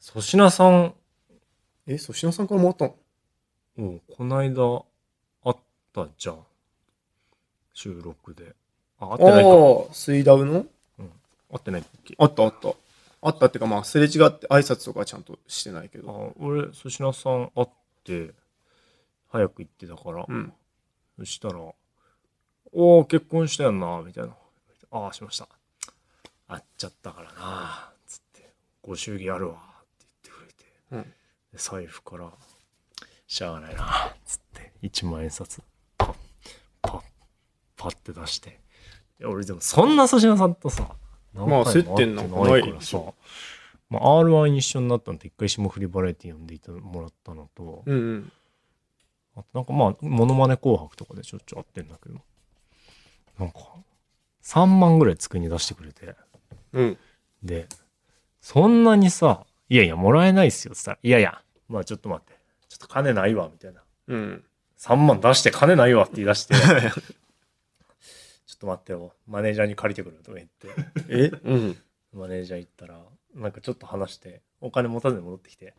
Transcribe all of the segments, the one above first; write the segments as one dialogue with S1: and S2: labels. S1: 粗品さん、
S2: え、粗品さんからもらったの
S1: おうこないだ、あったじゃん。収録で。あ、会ってないか。
S2: ああ、スイダウの
S1: 会ってないっけ。
S2: あったあった。あったってか、まあ、すれ違って挨拶とかはちゃんとしてないけ
S1: あ
S2: ど。、
S1: 俺、粗品さん会って、早く行ってたから、
S2: うん。
S1: そしたら、おお、結婚したよな、みたいな。ああ、しました。会っちゃったからな、つって、ご祝儀あるわ、って言ってくれて。
S2: うん
S1: で財布から、しゃあないな、つって、1万円札、パッ、パッ、パッて出して。いや、俺でもそんな粗品さんとさ、何
S2: まあ
S1: 回も
S2: 接
S1: 会っ
S2: 点
S1: て
S2: な
S1: ない
S2: んか
S1: か
S2: な
S1: ら
S2: いでし
S1: さ
S2: ょ、
S1: まあ、R1 に一緒になったのって一回霜降りバラエティ呼んでいたもらったのと、
S2: うんうん。
S1: あとなんかまあ、モノマネ紅白とかでしょっちゅう会ってんだけど、なんか、3万ぐらい机に出してくれて、
S2: うん。
S1: で、そんなにさ、いやいや、もらえないっすよって言ったら、いやいや、まあちょっと待って、ちょっと金ないわ、みたいな。
S2: うん。
S1: 3万出して金ないわって言い出 して、ちょっと待ってよ、マネージャーに借りてくるとか言って、
S2: えうん。
S1: マネージャー行ったら、なんかちょっと話して、お金持たずに戻ってきて、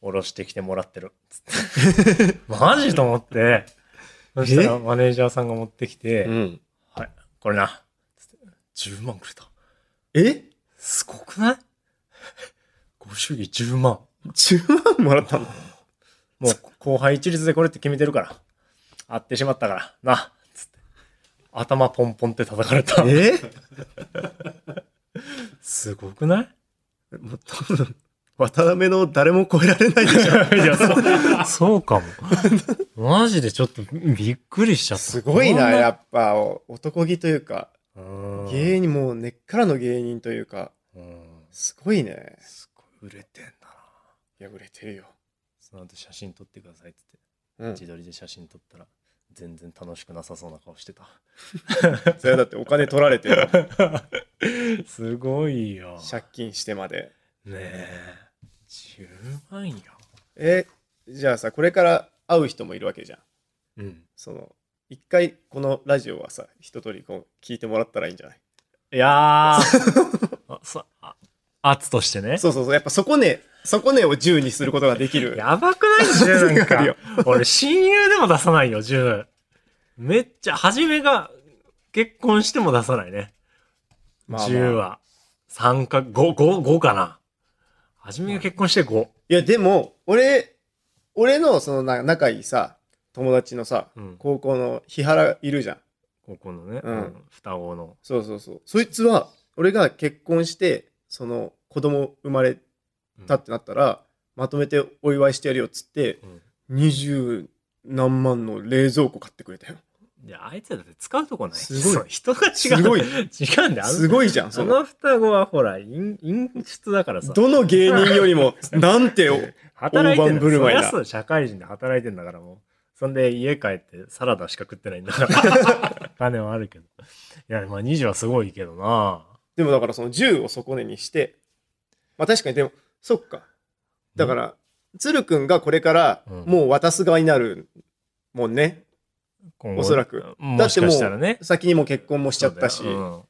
S1: 下ろしてきてもらってる。つ って。マジと思って、そしたらマネージャーさんが持ってきて、
S2: うん。
S1: はい、これな。つって10万くれた。
S2: え
S1: すごくないご祝儀10万。
S2: ?10 万もらったの
S1: もう後輩一律でこれって決めてるから。会ってしまったから、な。つって。頭ポンポンって叩かれた。
S2: え
S1: すごくない
S2: もう多分、渡辺の誰も超えられないでしょ。
S1: いや、そう、 そうかも。マジでちょっとびっくりしちゃった。
S2: すごいな、や
S1: や
S2: っぱ、お男気というか、芸
S1: 芸
S2: 人、もう根っからの芸人というか、すごいね。
S1: すごい売れてんだな。
S2: いや、売れてるよ。
S1: その後写真撮ってくださいって言って、
S2: うん。
S1: 自撮りで写真撮ったら、全然楽しくなさそうな顔して た。
S2: それはだってお金取られてる
S1: すごいよ。ね
S2: 借金してまで。
S1: え。10万よ。
S2: え、じゃあさ、これから会う人もいるわけじゃん。
S1: うん。
S2: その、一回このラジオはさ、一通りこう聞いてもらったらいいんじゃない
S1: いやー。 あ、そ、あ、圧としてね。
S2: そうそうそう、やっぱそこね、そこねを10にすることができる。
S1: やばく ない ?10 なん
S2: わかるよ
S1: か。俺、親友でも出さないよ、10。めっちゃ、初めが、結婚しても出さないね。
S2: まあまあ
S1: 10は。3か、5、5、5かな。初めが結婚して5。
S2: いや、でも、俺、俺のそのな仲いいさ、友達のさ、
S1: うん
S2: 高校の日原いるじゃん。
S1: ここのね、
S2: うん
S1: 双子の。
S2: そうそうそう。そいつは、俺が結婚して、その子供生まれたってなったら、まとめてお祝いしてやるよっつって、
S1: うん
S2: 二十何万の冷蔵庫買ってくれたよ。
S1: で、あいつらだって使うとこない。
S2: すごい
S1: そう人 が違う。
S2: すごい
S1: 違うんだよ。あの
S2: すごいじゃん、そ
S1: そ
S2: の。
S1: の双子はほら、陰陰湿だからさ。
S2: どの芸人よ りも、なんてを、
S1: 働いて
S2: 大盤
S1: ん
S2: 振
S1: だ
S2: る
S1: そ
S2: 舞い
S1: り
S2: だ
S1: ゃそう社会人で働いてんだからもう。そんで家帰ってサラダしか食ってないんだ から。金はあるけど。いや、まあ20はすごいけどな。
S2: でもだからその10を底根にして、まあ確かにでも、そっか。だから、鶴くんがこれから
S1: うん
S2: もう渡す側になるもんね。
S1: 今後
S2: おそらくだ
S1: も
S2: って
S1: し
S2: も
S1: かしたらね
S2: う、。先にも結婚もしちゃったし
S1: そ、うだよ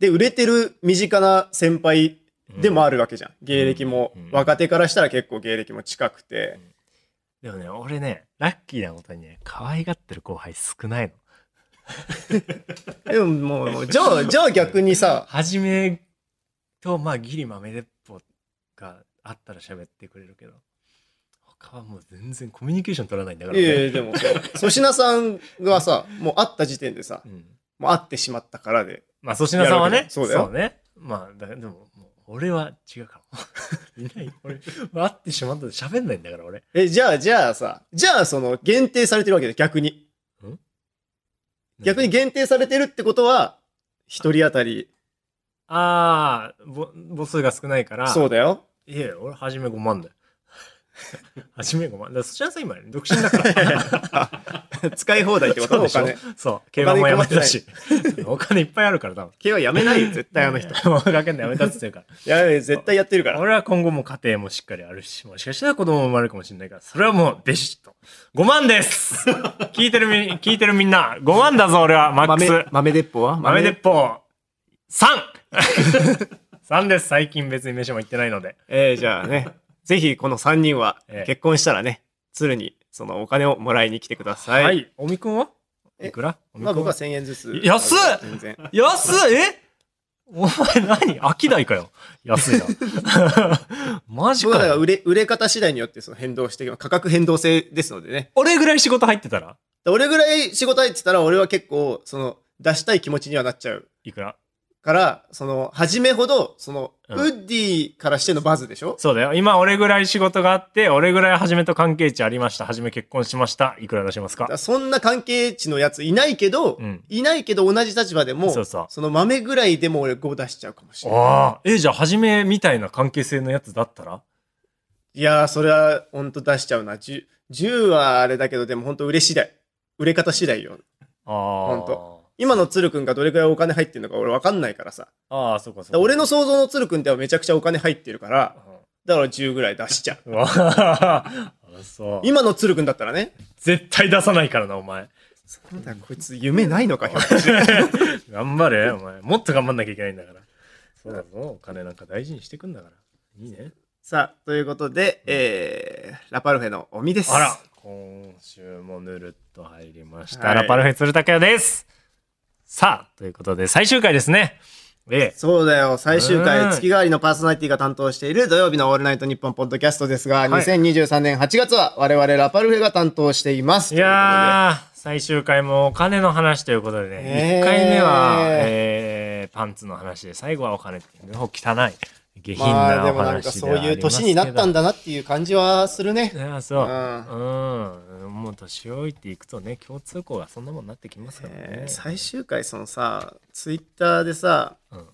S2: で、売れてる身近な先輩でもあ
S1: る。
S2: るわけじゃん。芸歴も
S1: うん、
S2: 若手からしたら結構芸歴も近くて。
S1: でもね、俺ね、ラッキーなことにね、可愛がってる後輩少ないの。
S2: でももうもう、じゃあ、じゃあ逆にさ、
S1: はじめと、まあ、ギリ豆鉄砲があったら喋ってくれるけど、他はもう全然コミュニケーション取らないん だから、
S2: いやいや、でもさ、粗品さんがさ、もう会った時点でさ
S1: う、ん
S2: もう会ってしまったからで、
S1: まあ、粗品さんは
S2: やるわ
S1: ね
S2: け、そうだよ
S1: ね。まあ、だでも、もう俺は違うかも。い ない。俺、会ってしまったで喋んないんだから、俺。
S2: え、じゃあ、じゃあさ、じゃあ、その、限定されてるわけで、逆に。逆に、限定されてるってことは、一人当たり、
S1: ああ、ぼ母数が少ないから、
S2: そうだよ。
S1: いやいや、俺、はじめ5万だよ。 はじめ5万。だから粗品さん今、独身だから。
S2: 使い放題ってこと
S1: そう
S2: お
S1: でしょ
S2: 金。
S1: そう、競馬もやめたし。お金いっぱいあるから、多分。
S2: 系はやめ ないよ、絶対あの人。い。
S1: もうかけんのやめたって言ってるか。
S2: やべえ、絶対やってるから ら。
S1: 俺は今後も家庭もしっかりあるし、もしかしたら子供も生まれるかもしれないから、それはもうべしっと。5万です聞いてるみ、聞いてるみんな、5万だぞ俺は、マックス。
S2: 豆鉄砲は
S1: 豆鉄砲、3! 3です。最近別に飯も行ってないので。
S2: えー、じゃあ ね、ぜひこの3人は
S1: ええ
S2: 結婚したらね、鶴にそのお金をもらいに来てください。
S1: はい。おみくんは
S2: え
S1: いくらおみくん
S2: まあ僕は1000円ずつ。
S1: 安っ
S2: 全然。
S1: 安いえお前何秋代かよ。安い な。マジ
S2: 僕はだ
S1: か
S2: から
S1: よ。
S2: 売れ売れ方次第によってその変動して、価格変動制ですのでね。
S1: 俺ぐらい仕事入ってたら
S2: 俺ぐらい仕事入ってたら俺は結構その出したい気持ちにはなっちゃう
S1: いくら
S2: から、その初めほどその
S1: う
S2: ウ
S1: ん
S2: ッディからしてのバズでしょ、
S1: そうだよ。今俺ぐらい仕事があって、俺ぐらいはじめと関係値ありました。はじめ結婚しました。いくら出します
S2: だか
S1: から
S2: そんな関係値のやついないけど、
S1: うん。
S2: いないけど同じ立場でも、
S1: そうそう
S2: の豆ぐらいでも俺5出しちゃうかもしれない。
S1: ああ。え、じゃあはじめみたいな関係性のやつだったら
S2: いやー、それはほんと出しちゃうな。10, 10はあれだけど、でもほんと売れ次第。売れ方次第よ。
S1: ああ。
S2: ほんと今の鶴くんがどれくらいお金入ってるのか俺わかんないからさ。
S1: ああ、そうかそう
S2: だから
S1: か。
S2: 俺の想像の鶴くんってはめちゃくちゃお金入ってるから、だから10ぐらい出しちゃう。
S1: うん。うわあ、そう。
S2: 今の鶴くんだったらね。
S1: 絶対出さないからな、お前。
S2: そうだ、こいつ夢ないのか、ひょっとして
S1: 頑張れ、お前。もっと頑張んなきゃいけないんだから。そうだぞ。お金なんか大事にしてくんだから。いいね。
S2: さあ、ということで、えー、ラパルフェのおみです。
S1: あら、今週もぬるっと入りました。
S2: はい
S1: ラパルフェ鶴竹也です。さあ、ということで、最終回ですね。ええ。
S2: そうだよ、最終
S1: うん
S2: 回、月替わりのパーソナリティが担当している土曜日のオールナイトニッポンポッドキャストですが、
S1: はい
S2: 2023年8月は我々ラパルフェが担当しています。
S1: いやー、最終回もお金の話ということでね。
S2: ええ
S1: 1回目は、えーパンツの話で、最後はお金っていう、ね、汚い。下
S2: ということ
S1: 品
S2: でまあ、
S1: な
S2: で
S1: お話で
S2: も
S1: はあ
S2: な
S1: りま
S2: ん
S1: す
S2: か
S1: け
S2: そ
S1: ど
S2: ういう年になったんだなっていう感じはするね。
S1: ああそう、う、
S2: うん
S1: もう年老いていくとね共通項がそんなもんなってきますからね、
S2: えー最終回、そのさ、ツイッターでさ、
S1: うん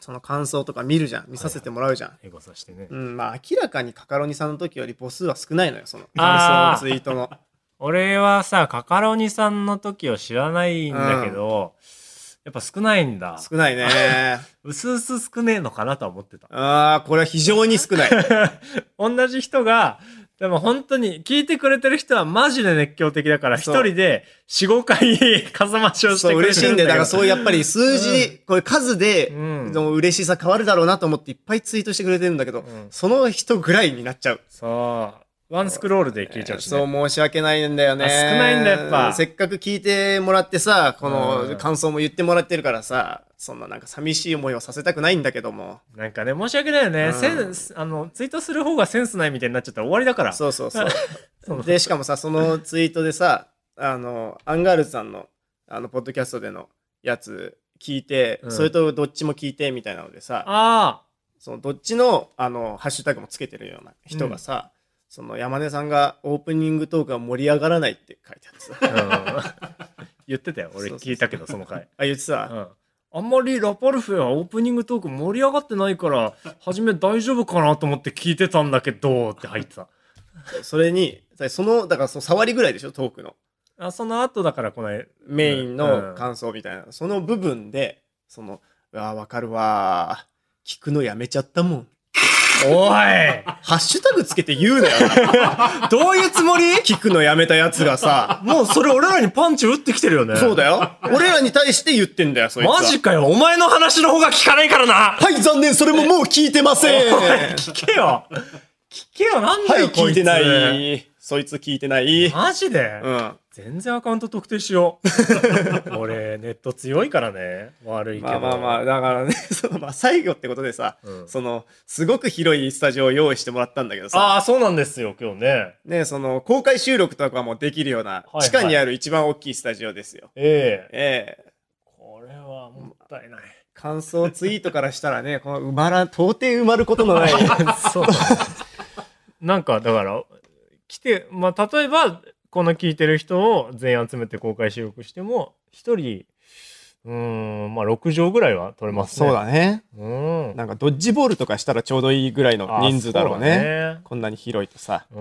S2: その感想とか見るじゃん、見させてもらうじゃん。
S1: エゴさしてね、
S2: うん、まあ明らかにカカロニさんの時より母数は少ないのよ、その
S1: あー
S2: 感想のツイート の。
S1: 俺はさカカロニさんの時を知らないんだけど、やっぱ少ないんだ
S2: 少ないね。
S1: うすうす少ねえのかなとは思ってた
S2: ああ、これは非常に 少ない。
S1: 同じ人がでも本当に聞いてくれてる人はマジで熱狂的だから一
S2: そう
S1: 人で45回 かさ増しをして
S2: そう、
S1: くれて
S2: 嬉しい
S1: る
S2: ん
S1: んだけ
S2: で、だか
S1: ど
S2: らそうやっぱり数字、これ数で、
S1: うん
S2: その嬉しさ変わるだろうなと思っていっぱいツイートしてくれてるんだけど、
S1: うん
S2: その人ぐらいになっちゃう。
S1: そうワンスクロールで消えちゃうし、ね、
S2: そう、申し訳ないんだよね。
S1: あ少ないんだやっぱ
S2: せっかく聞いてもらってさ、こ
S1: うん
S2: の感想も言ってもらってるからさ、そんななんか寂しい思いをさせたくないんだけども。
S1: なんかね、申し訳ないよね。
S2: うん
S1: センス、あの、ツイートする方がセンスないみたいになっちゃったら終わりだから。
S2: そうそうそう。
S1: そう
S2: で、しかもさ、そのツイートでさ、あの、アンガールズさんの、あの、ポッドキャストでのやつ聞いて、
S1: うん
S2: それとどっちも聞いてみたいなのでさ、
S1: ああ、
S2: そのどっちの、あの、ハッシュタグもつけてるような人がさ、その山根さんがオープニングトークが盛り上がらないって書いてあってさ、
S1: 言ってたよ。俺
S2: そうそうそう
S1: 聞いたけど、その回。
S2: あ、言って
S1: う
S2: さ、
S1: ん。あんまりラパルフェはオープニングトーク盛り上がってないから、初め大丈夫かなと思って聞いてたんだけど、って入ってた。
S2: それに、その、だからその触りぐらいでしょ、トークの。
S1: あその後だから、この、
S2: メイン
S1: う
S2: の
S1: ん
S2: 感想みたいな、その部分でその「うわあわかるわー聞くのやめちゃったもん
S1: おい」
S2: ハッシュタグつけて言うなよ
S1: どういうつもり
S2: 聞くのやめたやつがさ
S1: もうそれ俺らにパンチ打ってきてるよね。
S2: そう
S1: よ。
S2: だよ俺らに対して言ってんだよそいつは
S1: マジかよ。お前の話の方が聞かないから な。
S2: はい残念それももう聞いてませんは
S1: 聞けよ。聞けよ、なんだよ、
S2: い
S1: こ
S2: 聞い
S1: つ
S2: てないそいつ聞いてない
S1: マジで、
S2: うん
S1: 全然アカウント特定しよう。 俺、ネット強いからね。悪いけど。
S2: まあまあまあだからね そのまあ最後ってことでさ、
S1: うん
S2: そのすごく広いスタジオを用意してもらったんだけどさ
S1: ああ、そうなんですよ、今日ね。
S2: ね、その公開収録とかもできるような
S1: はい
S2: 地下にある一番大きいスタジオですよ。
S1: ええ
S2: ええ
S1: これはもったいない。
S2: 感想ツイートからしたらね、この埋まらん、到底埋まること のない。
S1: そう。なんか、だから、来て、まあ、例えば、この聞いてる人を全員集めて公開収録しても、一人、うーん、まあ、6畳ぐらいは取れますね。。
S2: ね。
S1: うん。
S2: なんかドッジボールとかしたらちょうどいいぐらいの人数だろうね。
S1: あそうだね
S2: こんなに広いとさ。
S1: う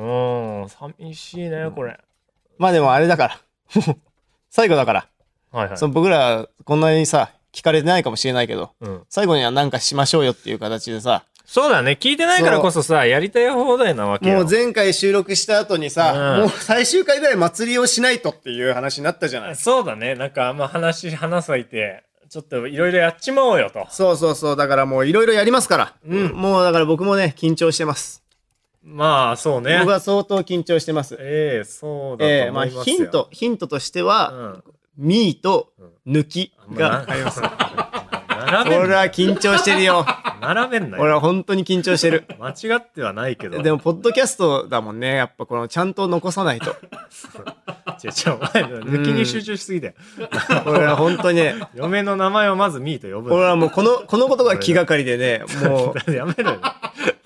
S1: ん、寂しいね、これ。
S2: まあでもあれだから、 もう最後だから、
S1: はいはい。
S2: その僕らこんなにさ、聞かれてないかもしれないけど、
S1: うん
S2: 最後には何かしましょうよっていう形でさ、
S1: そうだね。聞いてないからこそさ、やりたい放題なわけよ。
S2: もう前回収録した後にさ、
S1: うん
S2: もう最終回ぐらい祭りをしないとっていう話になったじゃない
S1: そうだね。なんかあんま話、話さいて、ちょっといろいろやっちまおうよと。
S2: そうそうそう。だからもういろいろやりますから。
S1: うん
S2: もうだから僕もね、緊張してます。
S1: まあ、そうね
S2: 僕。は相当緊張してます。
S1: ええそうだと思
S2: ええ
S1: い
S2: ま
S1: ま
S2: あ
S1: すよ。
S2: ヒント、ヒントとして
S1: う
S2: は、
S1: ん。
S2: ミーと抜き
S1: が
S2: が、
S1: あり ます。
S2: こ
S1: 並べん
S2: れ
S1: な
S2: は緊張して るよ。
S1: 並べんな
S2: 俺
S1: よ。
S2: は本当に緊張し てる。
S1: 間違ってはないけど。
S2: でも、ポッドキャストだもんね。やっぱこの、ちゃんと残さない と。
S1: 違う違う、お前、抜きに集中しすぎだよ。
S2: 俺は本当にね、
S1: 嫁の名前をまずミーと呼ぶ
S2: 俺
S1: な。
S2: はもうこの、このことが気がかりでね、も う、
S1: やめろよ。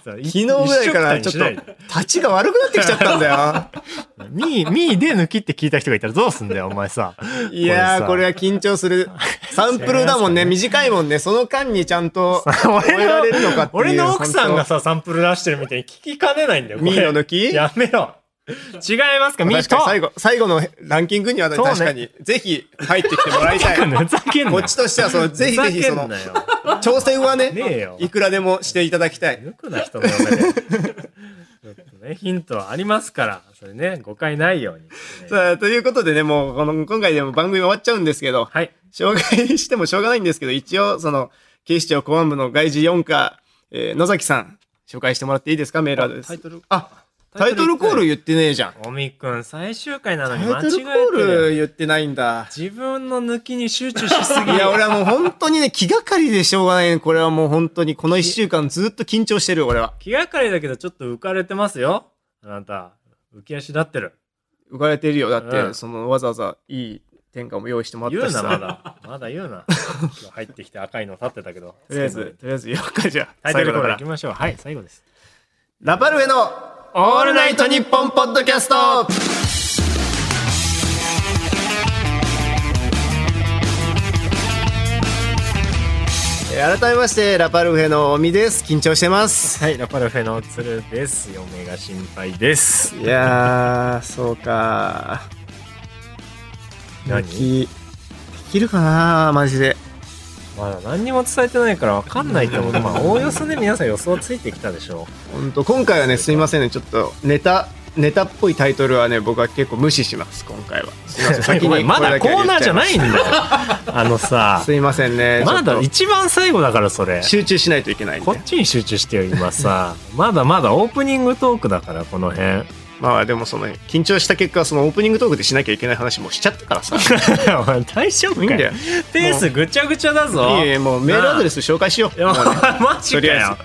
S1: 昨
S2: 昨日ぐらいからちょっと、立ちが悪くなってきちゃったんだ
S1: ミー、ミーで抜きって聞いた人がいたらどうすんだよ、お前さ。
S2: よ。いやー、これは緊張する。サンプルだもん ね、短いもんね。その間にちゃんと、終えられるのかっていう。
S1: 俺の奥さんが
S2: 本
S1: さ、サンプル出してるみたいに聞きかねないんだよ、
S2: 当、ミーの抜き
S1: きやめろ。違いますか、ミー
S2: 確
S1: と
S2: かに。最後、最後のランキングには
S1: そうね
S2: 確かに、ぜひ入ってきてもらいたい。
S1: ふざけんなよ。
S2: こっちとしては、その、ぜひぜひ、その
S1: ふ、ざけんなよ
S2: 挑戦はね、
S1: ねえよ。
S2: いくらでもしていただきたい。
S1: 抜くな人の嫁で。ちょっとね、ヒントはありますから、それね、誤解ないように、
S2: さあ、ということでね、もう、この、今回でも番組終わっちゃうんですけど、
S1: はい。
S2: 紹介してもしょうがないんですけど、一応、その、警視庁公安部の外事4課、えー野崎さん、紹介してもらっていいですか、メールアドレス。
S1: トル、
S2: あ、タイトルコール言ってねえじゃん。
S1: おみくん、最終回なの
S2: タ
S1: に
S2: イ
S1: 間違え
S2: トル
S1: て
S2: コ
S1: るよ
S2: ール言ってないんだ。
S1: 自分の抜きに集中しす
S2: い
S1: ぎ
S2: や、俺はもう本当にね、気がかりでしょうがないね。これはもう本当に、この1週間ずっと緊張してる、俺は。
S1: 気がかりだけどちょっと浮かれてますよあなた浮き足立ってる
S2: 浮かれてるよ。だって、
S1: うん
S2: その、わざわざいい天下も用意してもらっ
S1: 言
S2: た
S1: う
S2: し
S1: な
S2: さ。
S1: まだまだ言うな今日入ってきて赤いの立ってたけど
S2: とりあえず、とりあえず、4日じゃあ。
S1: タイトル
S2: 最
S1: コ
S2: 後
S1: ール
S2: だか
S1: い
S2: ら
S1: きましょうはい最後です
S2: ラパルフェのオールナイトニッポンポッドキャストえー改めましてラパルフェのおみです緊張してます
S1: はいラパルフェの鶴です嫁が心配です
S2: いやーそうか
S1: 何
S2: きできるかなマジで
S1: まだ何にも伝えてないから分かんない と思うまあおおよそね皆さん予想ついてきたでしょ
S2: 本当今回はねすいませんねちょっとネタネタっぽいタイトルはね僕は結構無視します今回はすい ません
S1: お前ま
S2: これ
S1: だ
S2: け
S1: コ
S2: は言
S1: ー
S2: っち
S1: ナーじゃ
S2: い
S1: ないんだよ あのさ
S2: すいませんね
S1: ま
S2: ちょ
S1: だ
S2: っと
S1: 一番最後だからそれ
S2: 集中しないといけないん
S1: こ
S2: で
S1: っちに集中してよ今さ まだまだオープニングトークだからこの辺
S2: まあでもその緊張した結果そのオープニングトークでしなきゃいけない話もしちゃったから さい
S1: お前大丈夫か
S2: いんだよ
S1: ペースぐちゃぐちゃだぞ
S2: えいえもうメールアドレス紹介しよ
S1: いう や
S2: もう
S1: マジ
S2: と
S1: か
S2: りあ
S1: よ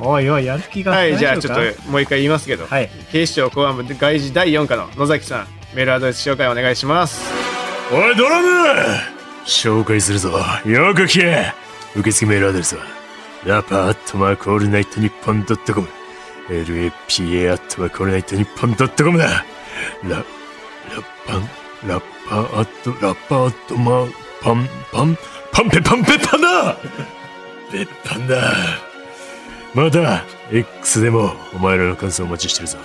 S1: おいおいやる気が
S2: はいじゃあ
S1: 大
S2: ち
S1: 丈
S2: ょ
S1: 夫
S2: っ
S1: か
S2: ともう一回言いますけど、
S1: はい
S2: 警視庁公安部で外事第4課の野崎さんメールアドレス紹介お願いします
S1: おいドラム紹介するぞよく聞け受付メールアドレスはラパーアットマークオールナイトニッポンドットコム LAPA アットマークオールナイトニッポンドットコムだララパンラッパーアットラッパーアットマーパンパンパンペパンペパンだペパンだまた X でもお前らの感想をお待ちしてるぞ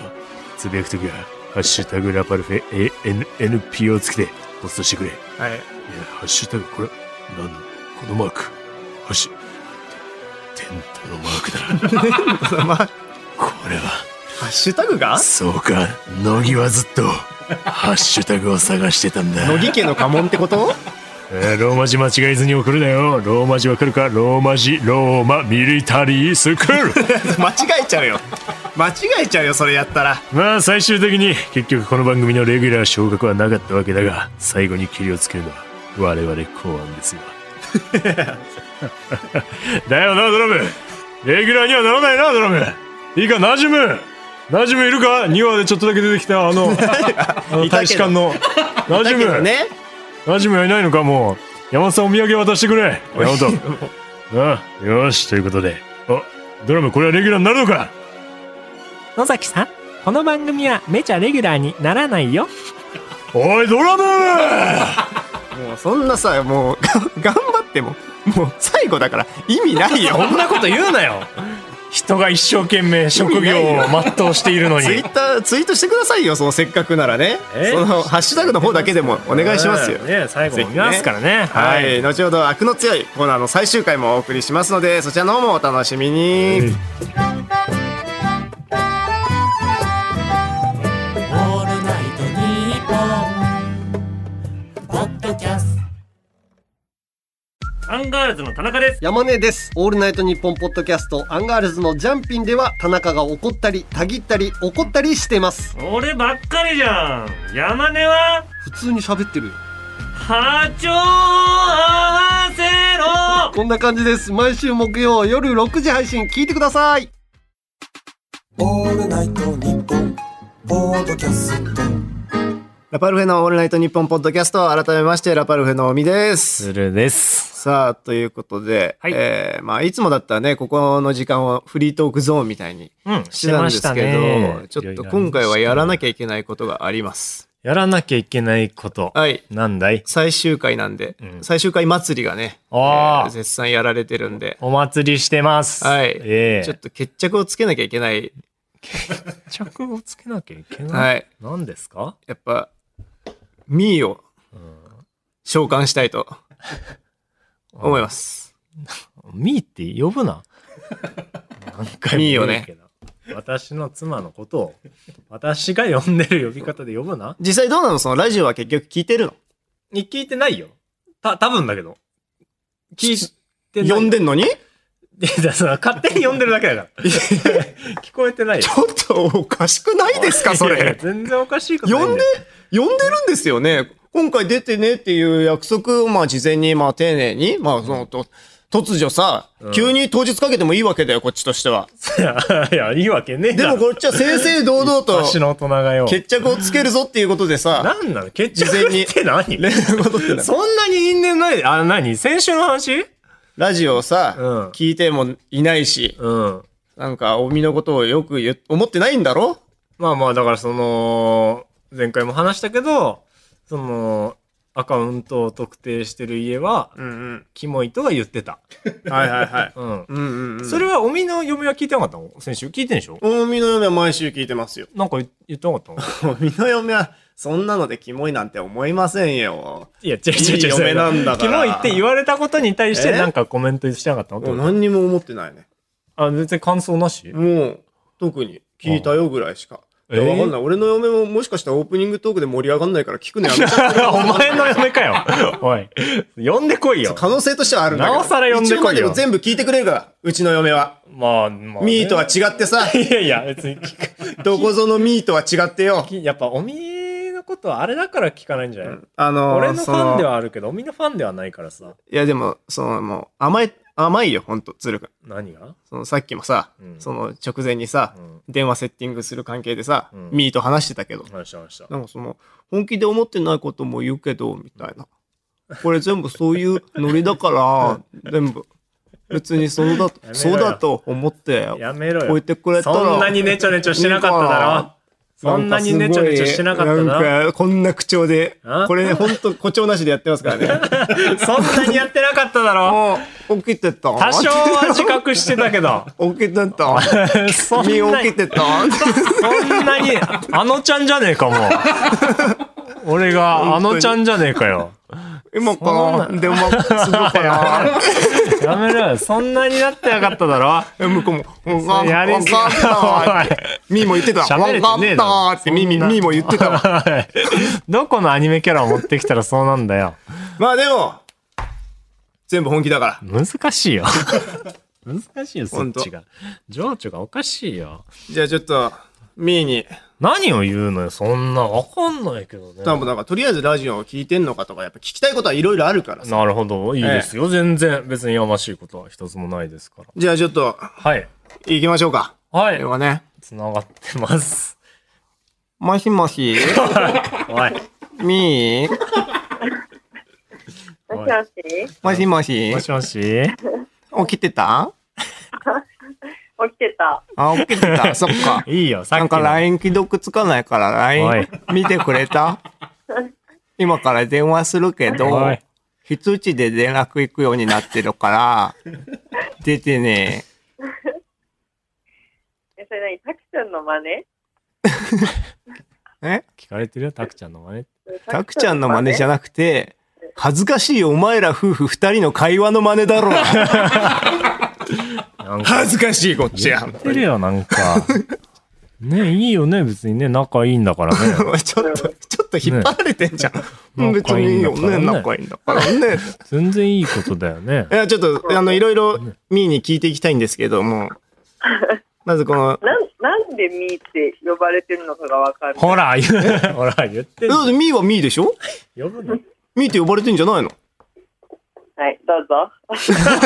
S1: つぶやくときは「ハッシュタグラパルフェ ANNP」をつけてポストしてくれ
S2: はい
S1: いや、ハッシュタグ、これ、なんだこのマーク。ハッシュ、テントのマークだな。
S2: まあ
S1: これは、
S2: ハッシュタグが
S1: そうか、乃木はずっと、ハッシュタグを探してたんだ。
S2: 乃木家の家紋ってこと
S1: えーローマ字間違えずに送るなよ。ローマ字わかるかローマ字、ローマ、ミリタリースクール。
S2: 間違えちゃうよ間違えちゃうよそれやったら
S1: まあ、最終的に、結局この番組のレギュラー昇格はなかったわけだが、最後に切りをつけるのは、我々公安ですよ。 だよな、ドラム。レギュラーにはならないな、ドラム。いいか、ナジュム。ナジュムいるか ?2 話でちょっとだけ出てきた、あ の、あの
S2: いた
S1: 大
S2: け
S1: 使
S2: ど
S1: 館の。ナジ
S2: だ
S1: ュ
S2: けど
S1: ム、
S2: ね
S1: ナジュムはいないのか、もう。山本さんお土産渡してくれ。山本。ああ、よし、ということで。あ、ドラム、これはレギュラーになるのか
S3: 野崎さんこの番組はめちゃレギュラーにならないよ
S1: おい、ドラム
S2: もうそんなさもう頑張ってももう最後だから意味ないよ
S1: そんなこと言うなよ人が一生懸命職業を全うしているのに
S2: ツイッターツイートしてくださいよそのせっかくならね
S1: え
S2: そのハッシュタグの方だけでもお願いしますよ、
S1: ね最後も見ますからね
S2: は、
S1: はいい、
S2: 後ほど「悪の強い」コーナーの最終回もお送りしますのでそちらの方もお楽しみに、
S3: 「オールナイトニッポン」ポッドキャスト
S1: 番
S4: ンガールズの田中です。
S5: 山根です。オールナイトニッポンポッドキャストアンガールズのジャンピンでは田中が怒ったり、たぎったり、怒ったりしてます。
S4: 俺ばっかりじゃん。山根は、
S5: 普通に喋ってるよ。
S4: 波長を合わせろ
S5: こんな感じです。毎週木曜夜6時配信聞いてください。
S6: オールナイトニッポンポッドキャスト
S2: ラパルフェのオールナイトニッポンポッドキャスト、改めまして、ラパルフェの尾身です。
S1: るです。
S2: さあ、ということで、
S1: はい
S2: えーまあ、いつもだったらね、ここの時間をフリートークゾーンみたいに
S1: うん、
S2: してたんですけど、ちょっと今回はやらな
S1: きゃ。
S2: きゃいけないことがあります。
S1: やらなきゃいけないこと。
S2: はい。
S1: なんだい
S2: 最終回なんで、
S1: うん
S2: 最終回祭りがね、
S1: あー
S2: えー絶賛やられてるんで、
S1: お祭りしてます。
S2: はい
S1: え
S2: ちょ
S1: え
S2: っと決着をつけなきゃいけない。
S1: 着をつけなきゃいけない。
S2: はい。
S1: 何ですか
S2: やっぱ、ミーを召喚したいと思います。
S1: ミーって呼ぶな。何回も
S2: ミーよ
S1: 言
S2: ね
S1: うけど。私の妻のことを、私が呼んでる呼び方で呼ぶな。
S2: 実際どうなのそのラジオは結局聞いてるの
S1: に聞いてないよ。た、多分だけど。聞いてない。
S2: 呼んでんのに
S1: いやその勝手に呼んでるだけだから。 聞こえてないよ
S2: ち。ょっとおかしくないですかそ
S1: いやいや
S2: れ。
S1: 全然おかしいことない
S2: 呼ん
S1: だ
S2: で
S1: よ、
S2: 呼んでるんですよね。今回出てねっていう約束を、まあ事前に、まあ丁寧に、まあその、と突如さ、急に当日かけてもいいわけだよ、こっちとしては。
S1: いや、いやいいわけねえ
S2: で
S1: だ
S2: も
S1: ろ。
S2: こっちは正々堂々と
S1: 私の大人がよ。
S2: 決着をつけるぞっていうことでさ、
S1: なんなの決
S2: 事
S1: 着
S2: 前に
S1: って何
S2: 連絡を取ってんだ
S1: そんなに因縁ないあ、何先週の話
S2: ラジオをさ、
S1: うん
S2: 聞いてもいないし、
S1: うん。
S2: なんか、おみのことをよく言う思ってないんだろ
S1: まあまあ、だからその、前回も話したけど、その、アカウントを特定してる家は、
S2: うん
S1: キモいとは言ってた。
S2: うん。はいはいはい。
S1: うん。
S2: うんうん、うん。
S1: それは、おみの嫁は聞いてなかったの先週聞いてんでしょ
S2: おみの嫁は毎週聞いてますよ。
S1: なんか言言ってなかったの
S2: おみの嫁は、そんなのでキモいなんて思いませんよ。
S1: いや、違う
S2: いい嫁なんだか
S1: キ
S2: ら
S1: モいって言われたことに対して、
S2: え
S1: なんかコメントしてなかった
S2: もう
S1: の
S2: 何にも思ってないね。
S1: あ、全然感想なし
S2: もう、特に、聞いたよぐらいしか。
S1: あ
S2: いやわかんない。俺の嫁ももしかしたらオープニングトークで盛り上がんないから聞く のやめちゃっ
S1: お前の嫁かよ。おい。呼んでこい
S2: た
S1: よ。
S2: 可能性としてはあるんだけど。
S1: なおさら呼んでこいよ
S2: 一応までも全部聞いてくれるから、うちの嫁は。
S1: まあ、まあ、
S2: ミーとは
S1: 違
S2: 違っ てさ、
S1: う。いやいや、別に聞く
S2: どこぞのミーとは違ってよ。
S1: きやっぱ、おみのことはあれだから聞かないんじゃない、
S2: あの
S1: 俺のファンで
S2: そ
S1: はあるけど、おみのファンではないからさ。
S2: のいやでもそのもう甘い甘いよほんと鶴くん
S1: 何が
S2: そのさっきもさ、
S1: うん
S2: その直前にさ、
S1: うん。
S2: 電話セッティングする関係でさ、
S1: うん
S2: ミーと話してたけど、
S1: 話した話した。
S2: なんかその本気で思ってないことも言うけどみたいなこれ全部そういうノリだから 全部別にそうだ
S1: めろよ
S2: そうだと思って
S1: やめろ
S2: 置い
S1: よ。
S2: てくれたら
S1: そんなにネチョネチョしてなかっただろ。そんなにネチョネチョしてなかった
S2: な
S1: なん
S2: かこんな口調で
S1: あ
S2: これねほんと誇張なしでやってますからね
S1: そんなにやってなかっただろ。
S2: あ、起きてた。
S1: 多少は自覚してたけど。
S2: 起 きてた。
S1: そん
S2: 君
S1: な
S2: 起
S1: に
S2: き、てた。
S1: そんなに、あのちゃんじゃねえか、もう。俺が、あのちゃんじゃねえかよ。
S2: 今か
S1: そん
S2: ら電話するか
S1: やめろよ。そんなになってなかっただろ。
S2: ら。向こうも、わか
S1: やり
S2: わ
S1: すぎだ
S2: かった。みーも言ってた。わ
S1: 喋れて
S2: かっ
S1: ねえだろ
S2: たってみーみーみーも言ってたわ。
S1: どこのアニメキャラを持ってきたらそうなんだよ。
S2: まあでも、全部本気だから。
S1: 難しいよ。難しいよ、そ
S2: ほ
S1: っ
S2: んと
S1: ちが。情緒がおかしいよ。
S2: じゃあちょっと、みーに、
S1: 何を言うのよ、そんな。わかんないけどね。
S2: 多分なんか、とりあえずラジオを聞いてんのかとか、やっぱ聞きたいことはいろいろあるからさ。
S1: なるほど。いいですよ。全然、別にやましいことは一つもないですから。
S2: じゃあちょっと、
S1: はい。
S2: 行きましょうか。
S1: は
S2: で
S1: い。
S2: はね。
S1: 繋がってます。
S2: もしもし、
S1: おい。
S2: み ー、
S7: もしも
S2: もしも
S7: し
S2: し
S1: もしもし
S2: 起きてた
S7: 起きてた。
S2: あ、起きてた。 そっか。
S1: いいよ、さっき
S2: なんか
S1: の
S2: LINE 既読つかないから
S1: お
S2: LINE
S1: い
S2: 見てくれた今から電話するけ
S1: お
S2: ど
S1: い、
S2: 非通知で連絡行くようになってるから、出てね。
S7: え、それ何たきちゃんの真似
S2: え
S1: 聞かれてるよ、たくちゃんの真似。
S2: たくちゃんの真似じ
S7: ゃ
S2: ゃなくて、恥ずかしいお前ら夫婦二人の会話の真似だろ。
S1: なんか
S2: 恥ずかしいこっ ちは。
S1: 言ってるよ、 なんか。ねいいよね、別にね、仲いいんだからね。
S2: ちょっと、ちょっとと引っ張られてんじゃん。
S1: ね
S2: 別にいいよね。
S1: 仲
S2: 仲いいんだからね。
S1: 全然いいことだよね
S2: い。や、ちょっと、あの、いろいろ、ミーに聞いていきたいんですけども。まずこの、
S7: なん、なんでミーって呼ばれてるのかがわかる。
S1: ほら、言う ほら、言って
S2: え
S1: る
S2: だってミーはミーでしょ
S1: 呼ぶの
S2: ミーって呼ばれてんじゃないの
S7: はい、どうぞ。
S2: な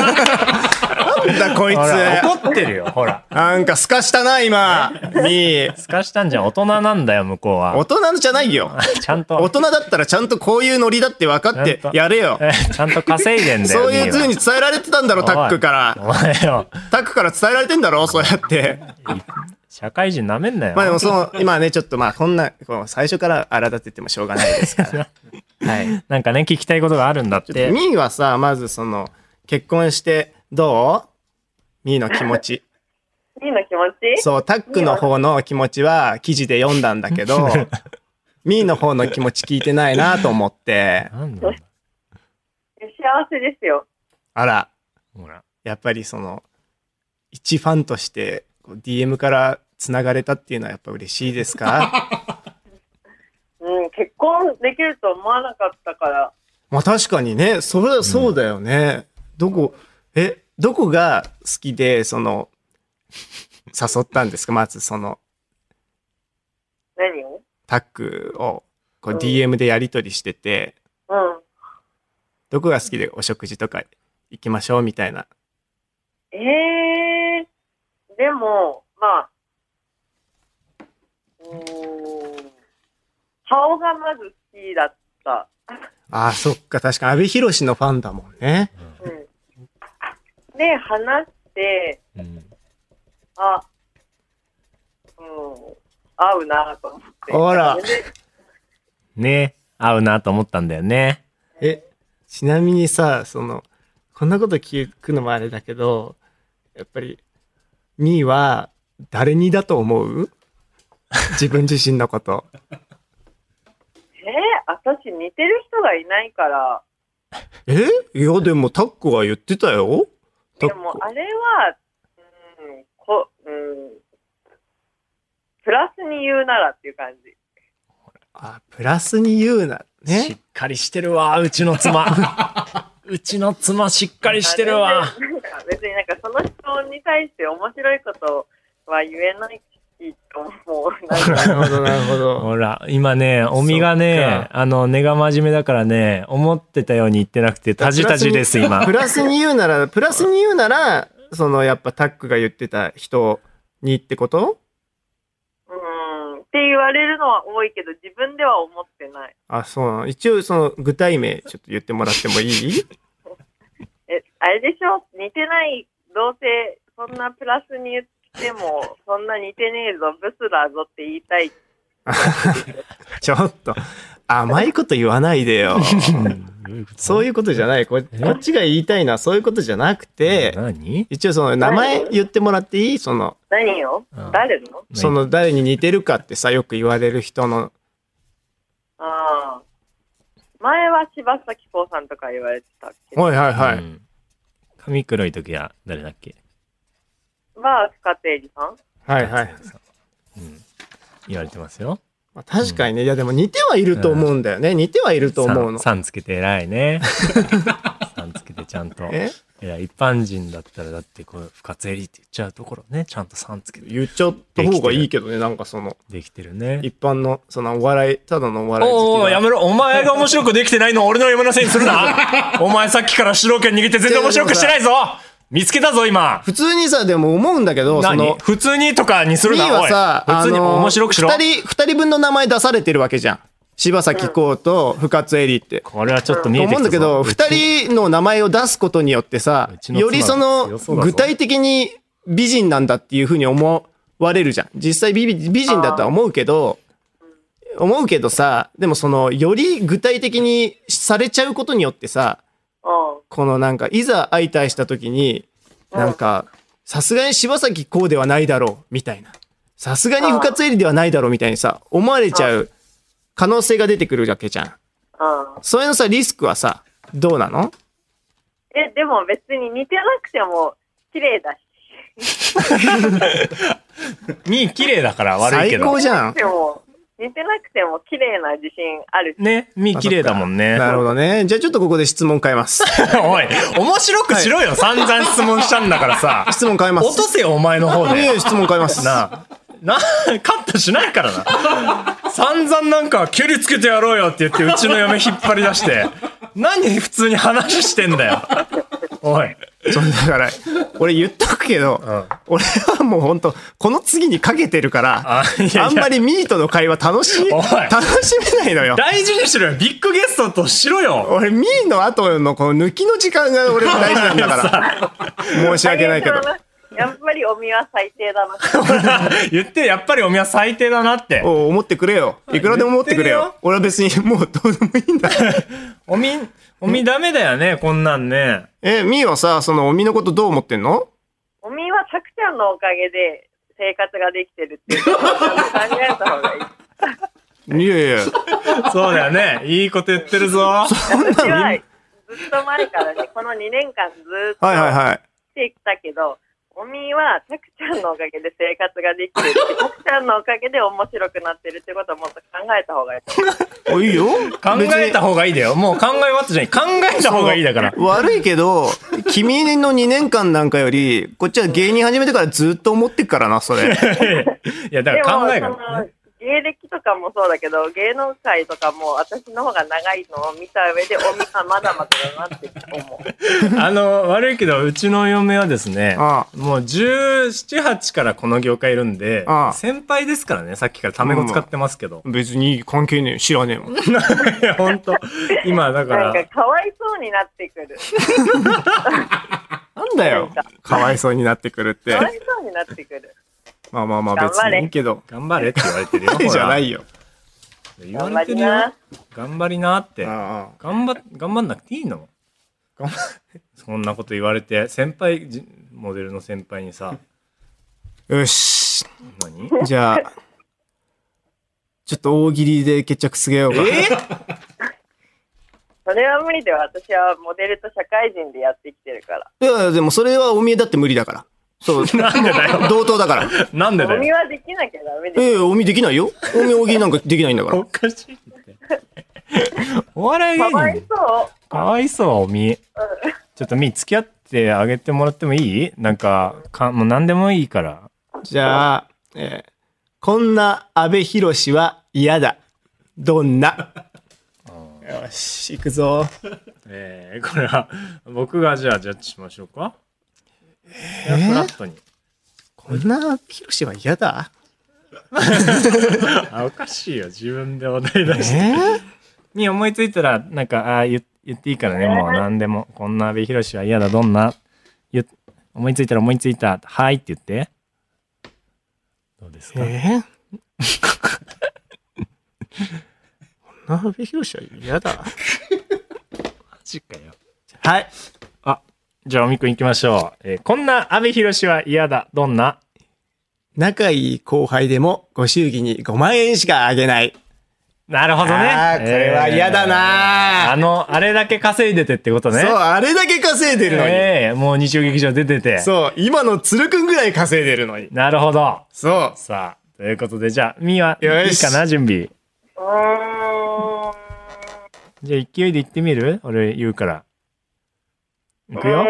S2: んだこいつ。
S1: ほら、怒ってるよ、ほら。
S2: なんかすかしたな、 今。ミー。
S1: すかしたんじゃん、大人なんだよ、向こうは
S2: 大。人じゃないよ。
S1: ちゃんと。
S2: 大人だったらちゃんとこういうノリだって分かって
S1: ちゃんと
S2: やれよ。
S1: え ちゃんと稼いでんだよ。
S2: そういう
S1: ミーは
S2: 風に伝えられてたんだろ、タックから。
S1: お前よ、
S2: タックから伝えられてんだろ、そうや って。
S1: 社会人なめんなよ。
S2: まあでもその、今ね、ちょっとまあこんな、こう最初から荒立ててもしょうがないです から。はい。
S1: なんかね、聞きたいことがあるんだっ
S2: ちょっと
S1: て。
S2: ミーはさ、まずその、結婚してどうミーの気持 ち。
S7: ミーの気持ち
S2: そう、タックの方の気持ちは記事で読んだんだけ ど、ミーの方の気持ち聞いてないなと思って、
S1: なんだろうな
S7: 幸せですよ。
S2: あら、
S1: ほら。
S2: やっぱりその一ファンとしてこう DM からつながれたっていうのはやっぱ嬉しいですか
S7: うん、結婚できると思わなかったから。
S2: まあ確かにねそれそうだよね、どこえどこが好きでその誘ったんですかまずその
S7: 何を
S2: タックをこう
S7: うん
S2: DM でやり取りしてて、
S7: うん。
S2: どこが好きでお食事とか行きましょうみたいな
S7: ええでも、まあ、うーん、顔がまず好きだった。
S2: あーそっか確か阿部寛のファンだもんね
S7: うん、で、話して、
S1: うん
S7: あ、うん、合うなと思って。
S2: ほら
S7: で
S1: ね合うなと思ったんだよね。
S2: えちなみにさそのこんなこと聞くのもあれだけどやっぱりミーは誰にだと思う自分自身のこと
S7: えー、私似てる人がいないから、
S2: えいやでもタックは言ってたよタッ
S7: で
S2: ク
S7: もあれは、うん、こうん、プラスに言うならっていう感じ。
S2: あプラスに言うな
S1: しっ
S2: ね
S1: かりしてるわ、うちの妻。 うちの妻しっかりしてるわ
S7: あ。全然なんか別になんかその人に対して面白いことは言えないと思う。な んか
S2: なるほどな るほど
S1: ほら、今ね、おみが
S2: そっ
S1: ね
S2: か、
S1: あの、根が真面目だからね、思ってたように言ってなくて、タジタジです、今
S2: プ。ラスに言うならプラスに言うならそのやっぱタックが言ってた人にってこと
S7: うんって言われるのは多いけど自分では思ってない。
S2: あそうなの一応その具体名ちょっと言ってもらってもいい
S7: え、あれでしょ似てない、どうせそんなプラスに言っても そんな似てねえぞ、ブスだぞって言いたい。
S2: ちょっと、甘いこと言わないで よ。そういうことじゃない。ここっちが言いたいのはそういうことじゃなくて、
S1: 何
S2: 一応その名前言ってもらっていいその、
S7: 何よ
S1: うん
S7: 誰の
S2: その誰に似てるかってさ、よく言われる人の。
S7: ああ。前は柴咲コウさんとか言われてたっけど、
S2: いはい
S1: い。う。ん髪黒い時は誰だっけ
S7: まあ、深手りさん
S2: はいはい。
S1: 言われてますよ。
S2: まあ確かにね、いやでも似てはいると思うんだよね。似てはいると思うの。
S1: さんつけて偉い ね。さんつけてちゃんと。
S2: え
S1: いや、一般人だったらだってこう、深津絵里って言っちゃうところね、ちゃんとさんつけて
S2: 言っちゃった方がいいけどね、なんかその、
S1: できてるね。
S2: 一般の、そのお笑い、ただのお笑い
S1: お
S2: 好
S1: うおう
S2: き
S1: や
S2: な。
S1: めろ。お前が面白くできてないのを俺の嫁のせいにするな。 お前さっきから主導権握って全然面白くしてないぞ。見つけたぞ、今。
S2: 普通にさ、でも思うんだけど、その
S1: 何、普通にとかにする
S2: ミ
S1: な、
S2: ー
S1: お。
S2: はいさ、
S1: 普通に面白くしろ。
S2: 二人、二人分の名前出されてるわけじゃん。柴咲コウと深津絵里って。
S1: これはちょっと見
S2: と
S1: えて
S2: 思
S1: き
S2: う
S1: た
S2: んだけ
S1: ぞ。
S2: ど、二人の名前を出すことによってさ
S1: う、ちの妻
S2: よりその
S1: 強そうだぞ
S2: 具体的に美人なんだっていうふうに思われるじゃん。実際美美人だとは思うけど、思うけどさ、でもその、より具体的にされちゃうことによってさ、
S7: うん。
S2: このなんか、いざ相対した時に、なんか、さすがに柴咲コウではないだろう、みたいな。さすがに深津絵里ではないだろう、みたいにさ、思われちゃう可能性が出てくるわけじゃん。
S7: うん。
S2: それのさ、リスクはさ、どうなの
S7: え、でも別に似てなくても綺麗だし。
S1: ミー綺麗だから悪いけ
S2: 最
S1: ど。
S2: 高じゃん。
S7: でも、似てなくても綺麗な自信あるし。
S1: ね、身綺麗だもんね。
S2: なるほどね。じゃあちょっとここで質問変えます。
S1: おい、面白くしろよ、散々質問したんだからさ。
S2: 質問変えま
S1: 落
S2: す。
S1: とせよ、お前の方
S2: いやい
S1: で
S2: や。質問変えます。
S1: なあ。な、カットしないからな。散々なんか、距離つけてやろうよって言って、うちの嫁引っ張り出して、何普通に話してんだよ。おい。
S2: そうだから、俺言っとくけど、
S1: ん
S2: 俺はもう本当この次にかけてるから、あ
S1: あいやいや
S2: んまりミートの会話楽しみ、
S1: おい
S2: 楽しめないのよ。
S1: 大事にしろよ、ビッグゲストとしろよ。
S2: 俺、ミーの後のこの抜きの時間が俺大事なんだ から。申し訳ないけど
S7: あ。げさんはやっぱりおみは最低だな。
S1: 言って、やっぱりお前は最低だなって。
S2: おう思ってくれよ。いくらでも思ってくれよ。
S1: 言ってるよ
S2: 俺は別にもうどうでもいいんだ。
S1: おみん、おみダメだよね、こんなんね。
S2: え、ミーはさ、そのおみのことどう思ってんの
S7: おみはさくちゃんのおかげで生活ができてるっていうことをちゃんと考えた方がいい。
S2: いやいや。
S1: そうだよね。いいこと言ってるぞ。
S7: 私はずっと前からね、この2年間ずっと
S2: はいはい
S7: 生
S2: はい。
S7: きてきたけど、おみはさくちゃんのおかげで生活ができてるって、さくちゃんのおかげで面白くなってるってことをもっと考えた方がいい。
S2: おいいよ。
S1: 考えた方がいいだよ。もう考え終わったじゃん。考えた方がいいだから。
S2: 悪いけど、君の2年間なんかより、こっちは芸人始めてからずっと思ってっからな、それ。
S1: いや、だ
S7: で
S1: か
S7: も、
S1: ら考え
S7: そ
S1: が。
S7: の芸歴とかもそうだけど、芸能界とかも私の方が長いのを見た上で、おみはまだまだだなって思う。
S1: あの、悪いけど、うちの嫁はですね、
S2: あ
S1: もう17、8からこの業界いるんで
S2: ああ、
S1: 先輩ですからね、さっきからタメ語使ってますけど。
S2: 別に関係ねえ、知らねえもん。
S1: いや、ほんと、今だか、
S7: なんからかわいそうになってくる。
S2: なんだよ。かわいそうになってくるって
S7: か。わいそうになってくる。
S2: まあまあまあ、別にいいけど。
S1: 頑張れって言われてるよ。
S2: じゃな
S1: ほ
S2: いよ。
S1: ら言
S7: 頑
S1: わ
S7: 張
S1: れて
S7: り
S1: るよ。
S7: な。
S1: 頑張りなって。
S2: あ
S1: 頑張っ、頑張んなくていいの頑張そんなこと言われて、先輩、じモデルの先輩にさ、
S2: あよし。
S1: 何
S2: じゃあ、ちょっと大喜利で決着つけようか。
S7: それは無理では私はモデルと社会人でやってきてるから。
S2: いやいや、でもそれはお見えだって無理だから。そう。
S1: なんでだよ。
S2: 同等だから。
S1: なんでだ
S7: お
S1: よ
S7: 見。はできなきゃダメです。
S2: ええ、お見えできないよ。お見え大喜利なんかできないんだから。
S1: おかしいって。お笑い
S7: か
S1: 芸
S7: わい
S1: 人。
S7: そ
S1: かわいそう、み。ちょっとみ、付き合ってあげてもらってもいいなんか、か、もう何でもいいから。
S2: じゃあ、えーこんな安倍博士は嫌だ。どんな。よし、行くぞ。
S1: えー、これは、僕がじゃあジャッジしましょうか。えー、フラットに。
S2: こんな博士は嫌だ。
S1: あ、おかしいよ、自分でお題出して。
S2: え
S1: に思いついたら、なんか、あー言言っていいからね、もう何でも。こんな阿部寛は嫌だ、どんな。言っ思いついたら思いついた、はいって言って。どうですか、
S2: えーこんな安倍博士は嫌だ。はい。
S1: じゃあ、おみくん行きましょう。えーこんな阿部寛は嫌だ、どんな。
S2: 仲いい後輩でもご祝儀に5万円しかあげない。
S1: なるほどね。
S2: あーこれは嫌だなー
S1: えーあの、あれだけ稼いでてってことね。
S2: そう、あれだけ稼いでるのに。
S1: えーもう日曜劇場出てて。
S2: そう、今の鶴くんぐらい稼いでるのに。
S1: なるほど。
S2: そ
S1: さあ、ということで、じゃあ、みは、い
S2: よし
S1: いかな、準備。
S7: う。うーん。
S1: じゃあ、勢いで行ってみる俺言うから。行くよ。
S7: うん。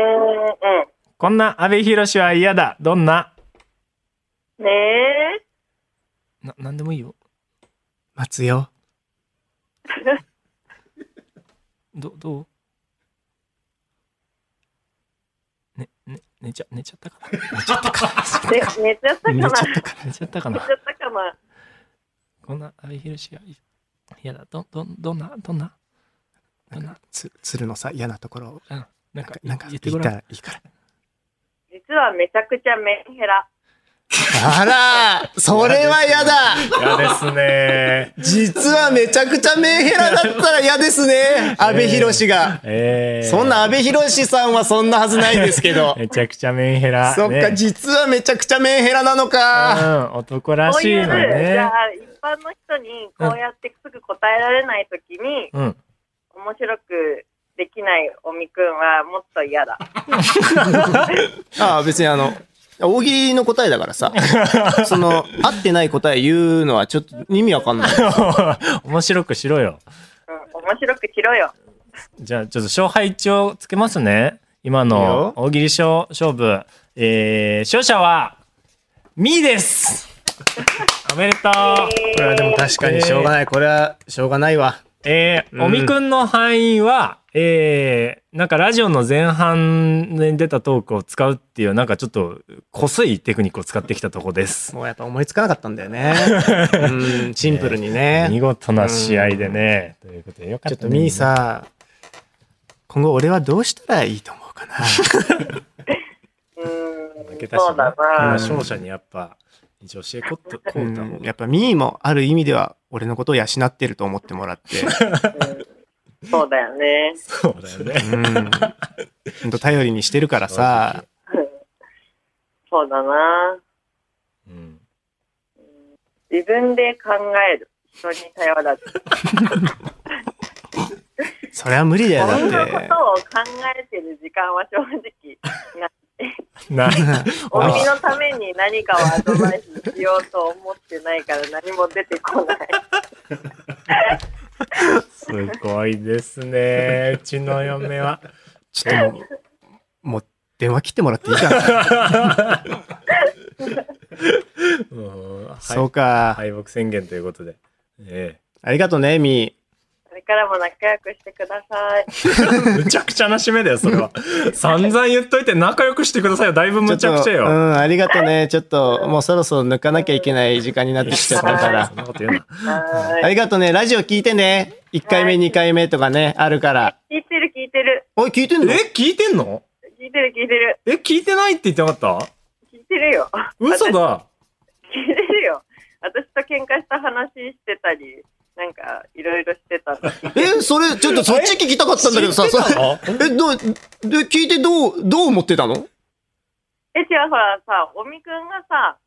S1: こんな安倍博は嫌だ。どんな。
S7: うん。ねえ。
S1: な、なんでもいいよ。
S2: う。待つよ。
S1: ど、どうね、ね、寝ちゃ、寝ちゃったかな寝ちゃったか
S7: ね寝ちゃったか
S1: な寝
S7: な寝
S1: ちゃった
S7: ち
S1: かな寝ちゃったかな
S7: ゃったかな
S1: こんな安倍博は嫌だ。ど、ど、どんな、どんな。どんな、
S2: つ鶴のさ、嫌なところを。
S1: うんなんか、
S2: なんか、
S1: 言っ
S2: 言ってて
S1: ご
S2: ご
S1: ら
S2: ら
S1: ん。
S2: ん。いいから。
S7: 実はめちゃくちゃメンヘラ。
S2: あらーそれは嫌だ
S1: 嫌です ね。
S2: 実はめちゃくちゃメンヘラだったら嫌ですね安倍博士が。
S1: ええ
S2: そんな安倍博士さんはそんなはずないですけど
S1: 。めちゃくちゃメンヘラ。
S2: そっか、
S1: ね
S2: 実はめちゃくちゃメンヘラなのか。
S1: うん、男ら
S7: そう
S1: し
S7: い、
S1: いうの
S7: じゃ
S1: ね。
S7: あ一般の人にこうやってすぐ答えられないときに、
S1: うん。
S7: 面白くできないおみくんはもっと嫌だ。
S2: ああ、別にあの、大喜利の答えだから さ、その、合ってない答え言うのはちょっと意味わかん ない。
S1: 面白くしろよ。
S7: うん、面白くしろよ。
S1: じゃあ、ちょっと勝敗一応つけますね。今
S2: いい
S1: の
S2: よ
S1: 大喜利勝勝負。えー、勝者は、みーです おめでとう
S2: これはでも確かにしょうがない。これはしょうがないわ。
S1: えー、
S2: うん
S1: おみくんの範囲は、えー、なんかラジオの前半に出たトークを使うっていう、なんかちょっと、こすいテクニックを使ってきたとこです。
S2: もうやっぱ思いつかなかったんだよね。うん、シンプルに
S1: 見
S2: ね。
S1: 事な試合でね。ということで、よかっ
S2: ちょ
S1: た、
S2: っとミーさ、今後俺はどうしたらいいと思うかな。
S7: うーん、
S1: 負けたしな
S7: そうだ
S1: 今
S7: な。
S1: 勝者にやっぱ、一応教えこっと、こうた
S2: うんやっぱミーもある意味では俺のことを養ってると思ってもらって。
S7: うんそうだよね。
S1: そうだよね。
S2: うん。ほんと頼りにしてるからさ。
S7: そうだな。
S1: うん
S7: 自分で考える。人に頼らず。
S2: それは無理だよ、
S7: 自分の
S2: だ
S7: こ
S2: って。
S7: とを考えてる時間は正直 ない。
S1: な
S7: おみのために何かをアドバイスしようと思ってないから何も出てこない。
S1: すごいですね。 うちの嫁は。
S2: ちょっともう、もう電話切ってもらっていいかな。
S1: うんはい
S2: そうか。
S1: 敗北宣言ということで。え
S2: ありがとうね、ミ
S7: これからも仲良くしてください。
S1: え。 むちゃくちゃな締めだよ、それは。散々言っといて仲良くしてくださいよ。だいぶ
S2: ー。
S1: むちゃくちゃ
S2: ょっとう
S1: よ。
S2: ん、ありがとうね。ちょっと、もうそろそろ抜かなきゃいけない時間になってきちゃったから
S1: そん。なこと言うな。
S7: は
S2: あ
S7: ーい。
S2: りがとうね。ラジオ聞いてね。1回目、
S7: はい
S2: 2回目とかね、あるから。
S7: 聞いてる聞いてる。
S2: おい、聞いてんの
S1: え、聞いてんの
S7: 聞いてる聞いてる。
S1: え、聞いてないって言ってなかった
S7: 聞いてるよ。
S1: 嘘だ。
S7: 聞いてるよ。私と喧嘩した話してたり、なんかいろいろしてたの。
S2: え、それ、ちょっとそっち聞きたかったんだけどさ、それ、え、どう、で、聞いてどう、どう思ってたの
S7: え、違う、ほらさ、おみくんがさ、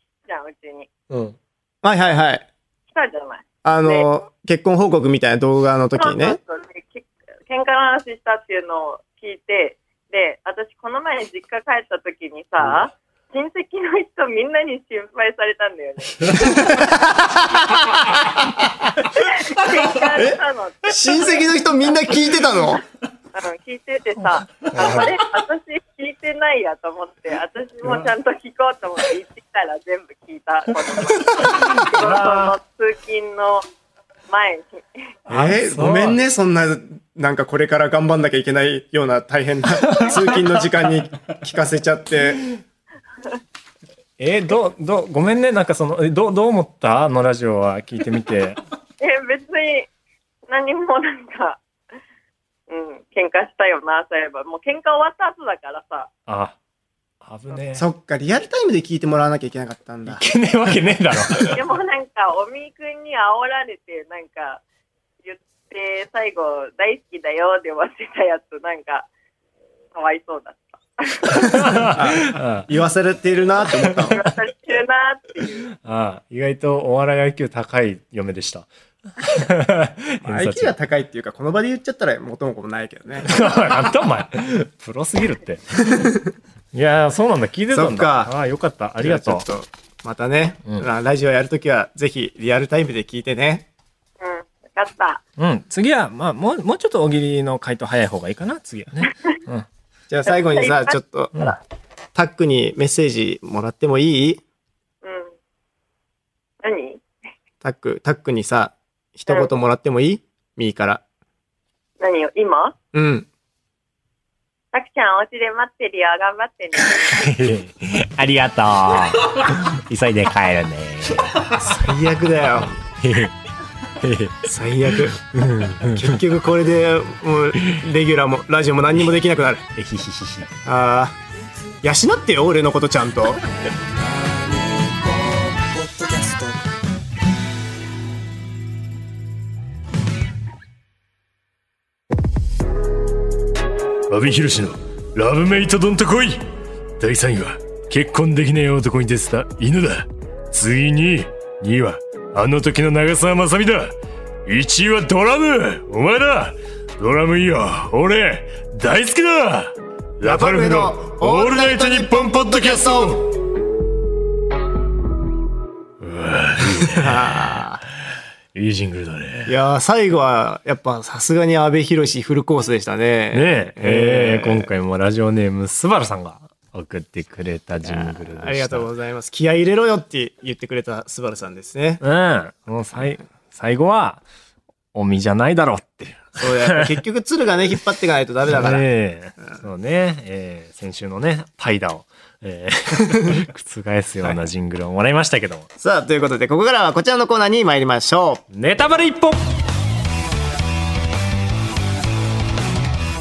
S7: 来たじゃん、うちに。
S1: うん。
S2: はいはいはい。
S7: 来たじゃない。
S2: あの、結婚報告みたいな動画の時 にね。
S7: そうそうそうでけ喧嘩の話したっていうのを聞いて、で、私この前実家帰った時にさ、親戚の人みんなに心配されたんだよね。 喧嘩したのって。
S2: 親戚の人みんな聞いてたの
S7: あの聞いててさ、あこれ私聞いてないやと思って、私もちゃんと聞こうと思って行ってきたら全部聞いた。この仕事の通勤の前に。
S2: えー
S1: そう
S2: ごめんね、そんな、なんかこれから頑張んなきゃいけないような大変な 通勤の時間に聞かせちゃって。
S1: えー、どう、どう、ごめんね。なんかその、えどう、どう思ったあのラジオは聞いてみて。
S7: え、別に何もなんか、うん、喧嘩したよな、そういえば。もう喧嘩終わった後だからさ。
S1: あ、危ねえ。
S2: そっか、リアルタイムで聞いてもらわなきゃいけなかったんだ。
S1: いけねえわけねえだろ。
S7: でもなんか、おみーくんに煽られて、なんか、言って、最後、大好きだよで終わってたやつ、なんか、かわいそうだっ
S1: う
S7: た。
S1: ん
S2: 言わされてるなって 思ったの。
S7: 言わされてるなっていう。
S1: ああ意外とお笑い IQ 高い嫁で した。偏差
S2: IQ
S1: 値
S2: が高いっていうか、この場で言っちゃったら元も子もないけどね。
S1: なんだお前。プロすぎるって。いやー、そうなんだ。聞いてた
S2: そっ
S1: ん
S2: か
S1: だ。ああ、よかった。ありがとう。
S2: じゃあちょっとまたね、
S1: うん
S2: まあラジオやるときはぜひリアルタイムで聞いてね。
S7: うん、わかった。
S1: うん。次は、まあ、もう、もうちょっと大喜利の回答早い方がいいかな。次はね。うん。
S2: じゃあ最後にさ、ちょっと、
S1: うん
S2: タックにメッセージもらってもいい
S7: うん。何
S2: タック、タックにさ、一言もらってもいいミーから。
S7: 何を今
S2: うん。
S7: たくちゃん、お家で待ってるよ。頑張ってね。
S3: ありがと う。急いで帰るね。
S2: 最悪だよ。最悪。結局これで、もう、レギュラーも、ラジオも何にもできなくなる。ああ、養ってよ、俺のことちゃんと。
S6: ポッドキャスト
S8: 阿部寛のラブメイトどんと来い第3位は結婚できない男に出てた犬だ次に2位はあの時の長澤まさみだ1位はドラムお前だドラムいいよ俺大好きだラパルフェのオールナイトニッポンポッドキャストいいジングルだね。
S2: いやー最後はやっぱさすがに阿部寛フルコースでしたね
S1: ねえ
S2: え
S1: えー今回もラジオネームスバルさんが送ってくれたジングルでした
S2: ありがとうございます気合い入れろよって言ってくれたスバルさんですね
S1: うんこの最最後はおみじゃないだろうっていう
S2: そうやっぱ結局鶴がね引っ張っていかないとダメだか ら、
S1: ねえそうね、えー先週のね怠惰を、え ー覆すようなジングルをもらいましたけども、
S2: さあということでここからはこちらのコーナーに参りましょう
S1: ネタバレ一本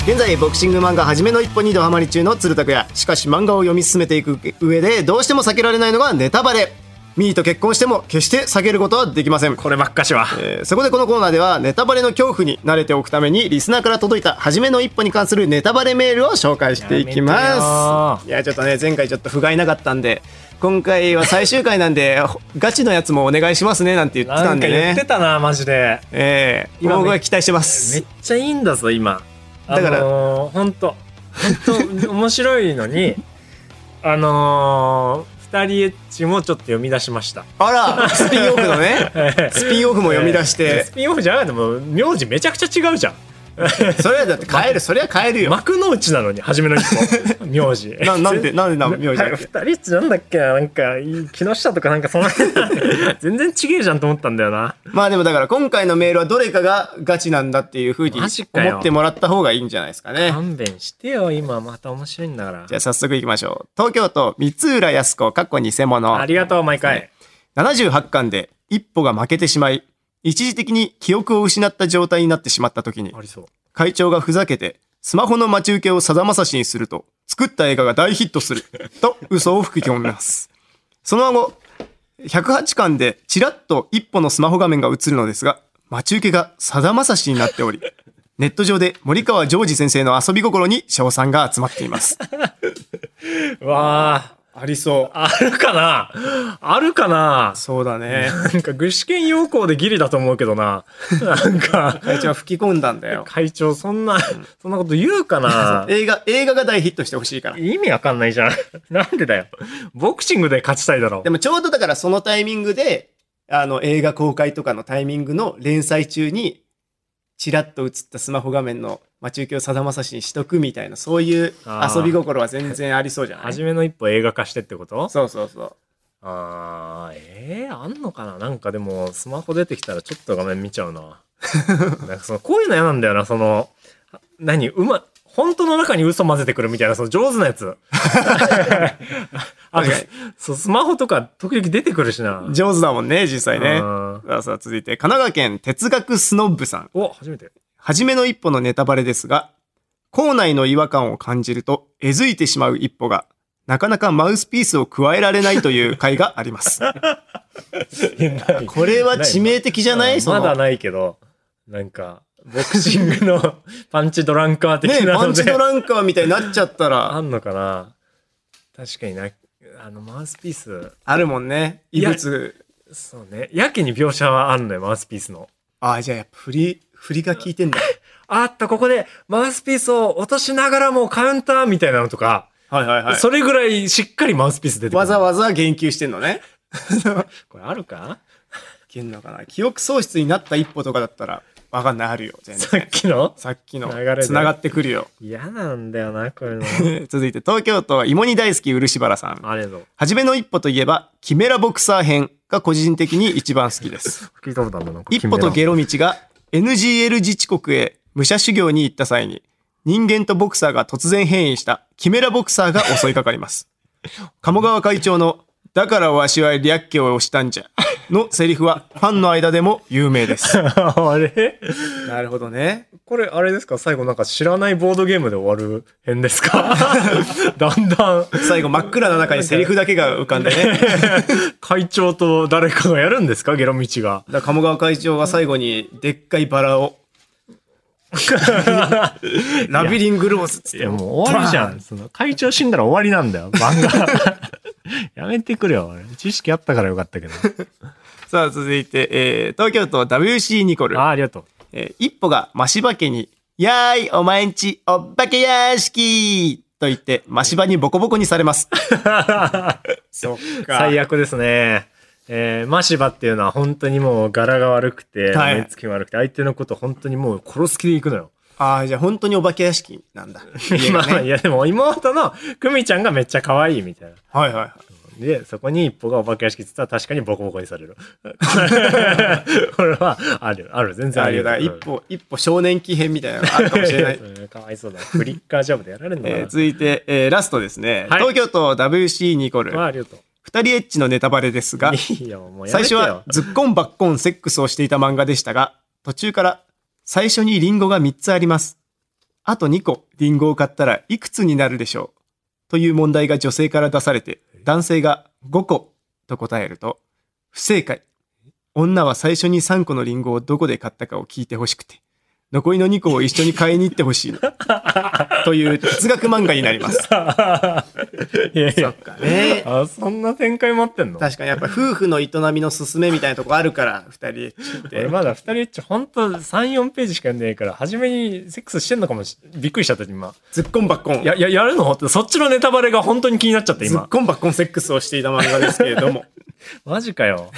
S2: 現在ボクシング漫画「はじめの一歩」にドハマり中の鶴拓也しかし漫画を読み進めていく上でどうしても避けられないのがネタバレミーと結婚しても決して避けることはできません
S1: こればっかしは
S2: えーそこでこのコーナーではネタバレの恐怖に慣れておくためにリスナーから届いた初めの一歩に関するネタバレメールを紹介していきますいやちょっとね前回ちょっと不甲斐なかったんで今回は最終回なんで ほガチのやつもお願いしますねなんて言ってた
S1: なんん
S2: で
S1: か言って
S2: ね
S1: たなマジで
S2: ええ
S1: 今
S2: 今
S1: ね
S2: 僕は期待してま
S1: め
S2: す
S1: っちゃいいんだぞ今
S2: だから
S1: あのー、ほんとほんと面白いの にあのー、二人エッチもちょっと読み出しました
S2: あらスピンオフのねスピンオフも読み出し
S1: えー
S2: て
S1: スピンオフじゃないのもう名字めちゃくちゃ違うじゃん
S2: それはだって変えるそれは変えるよ
S1: 幕の内なのに初めの一 歩名字
S2: ななんでなんでな名字だっ
S1: はい
S2: け
S1: 二人っちなんだっけなんかいい木下とかなんかその全然ちげえじゃんと思ったんだよな
S2: まあでもだから今回のメールはどれかがガチなんだっていうふうに思
S1: マジかよ
S2: ってもらった方がいいんじゃないですかね
S1: 勘弁してよ今また面白いんだから
S2: じゃあ早速行きましょう。東京都三浦康子、かっこ偽物
S1: あ。りがとう毎回
S2: 78巻で一歩が負けてしまい、一時的に記憶を失った状態になってしまった時に
S1: あ、りそう
S2: 会長がふざけて、スマホの待ち受けをさだまさしにすると、作った映画が大ヒット する、と嘘を吹き込みます。その後、108巻でちらっと一歩のスマホ画面が映るのですが、待ち受けがさだまさしになって おり、ネット上で森川ジョージ先生の遊び心に賞賛が集まっています。
S1: うわ
S2: ありそう。
S1: ああるかなあるかな
S2: そうだね。
S1: なんか具志堅用高でギリだと思うけどななんか
S2: 会長は吹き込んだん だよ。
S1: 会長そんなそんなこと言うかな
S2: 映画、映画が大ヒットしてほしいから。
S1: 意味わかんないじゃんなんでだよボクシングで勝ちたいだろ
S2: でもちょうどだからそのタイミングで、あの映画公開とかのタイミングの連載中に、チラッと映ったスマホ画面の待ち受けをさだまさしにしとくみたいな、そういう
S1: あー
S2: 遊び心は全然ありそうじゃない
S1: 初めの一歩映画化してってこと
S2: そうそうそう。
S1: あーえー、あんのかななんかでもスマホ出てきたらちょっと画面見ちゃう ななんかそのこういうの嫌なんだよなその何うま本当の中に嘘混ぜてくるみたいなその上手なや つあと
S2: 確かに
S1: そうスマホとか時々出てくるしな
S2: 上手だもんね、実際ね。
S1: うん
S2: さあさあ続いて、神奈川県哲学スノッブさん。
S1: お初めて
S2: 初めの一歩のネタバレですが、校内の違和感を感じると、えずいてしまう一歩が、なかなかマウスピースを加えられないという回があ ります。これは致命的じゃないそ
S1: ま
S2: の
S1: だないけどなんかボクシングの パンチドランカー的
S2: ねえ
S1: な
S2: パ
S1: の
S2: ン
S1: で、
S2: チドランカーみたいになっちゃった
S1: あ
S2: ら、
S1: んのかな確かになあのマウスピース
S2: あるもんね。異物。
S1: そうね。やけに描写はあんのよ、マウスピースの。
S2: ああ、じゃあやっぱ振り、振りが効いてんだ。
S1: あっと、ここで、マウスピースを落としながらもカウンターみたいなのとか、
S2: はいはいは
S1: それぐらいしっかりマウスピース出てくる。
S2: わざわざ言及してんのね。
S1: これあるか
S2: いけんのかな。記憶喪失になった一歩とかだったら、わかんない、あるよ。全然。
S1: さっきの
S2: さっきの
S1: 流れ、で
S2: 繋がってくるよ。
S1: 嫌なんだよな、こういうの。
S2: 続いて、東京都、芋煮大好き漆原さん。
S1: あれぞ。
S2: はじめの一歩といえば、キメラボクサー編が個人的に一番好きです。
S1: 聞いたことあるのなんか
S2: 一歩とゲロ道が NGL 自治国へ武者修行に行った際に、人間とボクサーが突然変異したキメラボクサーが襲いかかります。 鴨川会長の、だからわしは略挙をしたんじゃ、のセリフはファンの間でも有名で す。
S1: あれ
S2: なるほどね。
S1: これ、あれですか最後なんか知らないボードゲームで終わる編です かだんだん、
S2: 最後真っ暗な中にセリフだけが浮かんでね。
S1: 会長と誰かがやるんですかゲロ道が。
S2: だから鴨川会長が最後にでっかいバ ラをラビリングロースっつ
S1: い
S2: って
S1: や、もう終わりじゃん。その会長死んだら終わりなん だよ、漫画。やめてくれよ。知識あったからよか ったけど。
S2: さあ続いて、えー東京都 WC ニコル、
S1: ああ、ありがとう。
S2: えー一歩が増し化けに「やーいお前んちおっ化け屋敷」と言って、マシバにボコボコにされます。
S1: そっか。最悪ですね。えー、マシバっていうのは本当にもう柄が悪くて、
S2: はい
S1: 目つき悪くて、相手のこと本当にもう殺す気でいくのよ。
S2: ああ、じゃあ本当にお化け屋敷な んだ。家
S1: 今、
S2: が ね
S1: いやでも妹のクミちゃんがめっちゃ可愛いみたいな。
S2: はいはいはい。
S1: で、そこに一歩がお化け屋敷って言ったら確かにボコボコにされ る。これはある、ある、全然
S2: あ
S1: あ
S2: あ
S1: る
S2: いう
S1: よ。
S2: だから一歩、一歩少年期編みたいなのがあるかもしれ ない。
S1: うんかわいそうだ。フリッカージャブでやられるのかな。
S2: えー続いて、えーラストですね。
S1: はい
S2: 東京都 WC ニコル。
S1: まあ、ありがとう。
S2: 二人エッチのネタバレです が、
S1: いいよ、もうや
S2: 最
S1: めて
S2: 初
S1: よ。
S2: はズッコンバッコンセックスをしていた漫画でしたが、途中から最初にリンゴが3つあります。あと2個リンゴを買ったらいくつになるでしょうという問題が女性から出されて、男性が5個と答えると、不正解。女は最初に3個のリンゴをどこで買ったかを聞いてほしくて、残りの2個を一緒に買いに行ってほしいの。 という哲学漫画になります。
S1: いやいや、
S2: ね
S1: あ、そんな展開待ってんの
S2: 確かにやっぱ夫婦の営みの勧めみたいなとこあるから、二人エッチって
S1: 俺。まだ二人エッチほんと3、4ページしか読んでないから、初めにセックスしてんのかもし、びっくりしちゃった今。
S2: ズッコンバッコン。
S1: いや、いや、やるのって、そっちのネタバレが本当に気になっちゃった
S2: ズッ
S1: 今。
S2: コンバッコンセックスをしていた漫画ですけれども。
S1: マジか よ。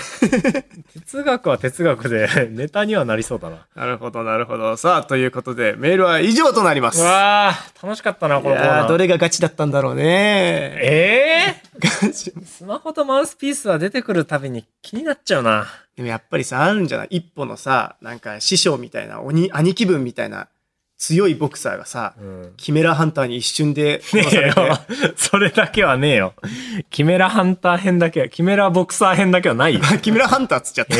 S1: 哲学は哲学で、ネタにはなりそうだな。
S2: なるほど、なるほど。さあ、ということで、メールは以上となります。
S1: う
S2: い
S1: わー、楽しかったな、このコー
S2: や
S1: ナ
S2: ー
S1: ー。
S2: どれがガチだったんだろう ね。
S1: ええ
S2: ガチ
S1: スマホとマウスピースは出てくるたびに気になっちゃうな。
S2: でもやっぱりさ、あるんじゃない一歩のさ、なんか師匠みたいな、鬼、兄貴分みたいな強いボクサーがさ、
S1: うん。
S2: キメラハンターに一瞬で
S1: ね
S2: 殺さ
S1: え
S2: れ
S1: よ
S2: て、。
S1: それだけはねえよ。キメラハンター編だけは、キメラボクサー編だけは ないよ。
S2: キメラハンターっつっちゃった。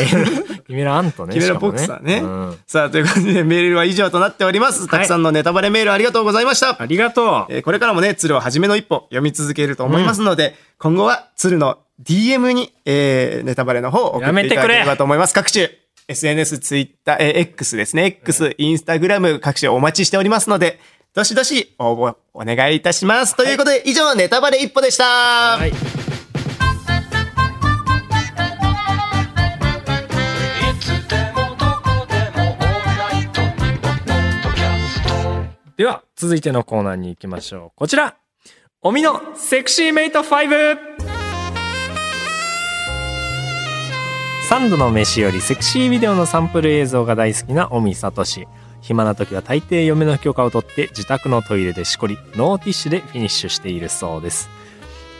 S1: キメラアントね。
S2: キメラボクサーね。さあ、ということで、メールは以上となっております。たくさんのネタバレメールありがとうございました。
S1: ありがとう。
S2: えーこれからもね、鶴をはじめの一歩読み続けると思いますので、今後は鶴の DM に、えーネタバレの方を送
S1: や
S2: って
S1: め
S2: い
S1: てくれ
S2: ただければと思います。各種、SNS、Twitter、えー X ですね。X、インスタグラム、各種お待ちしておりますので、どしどし応募お願いいたします。ということで、以上、ネタバレ一歩でした。
S1: では、続いてのコーナーに行きましょう。こちら。おみのセクシーメイト 5!
S3: サンドの飯よりセクシービデオのサンプル映像が大好きな尾身聡暇な時は大抵嫁の許可を取って自宅のトイレでしこりノーティッシュでフィニッシュしているそうです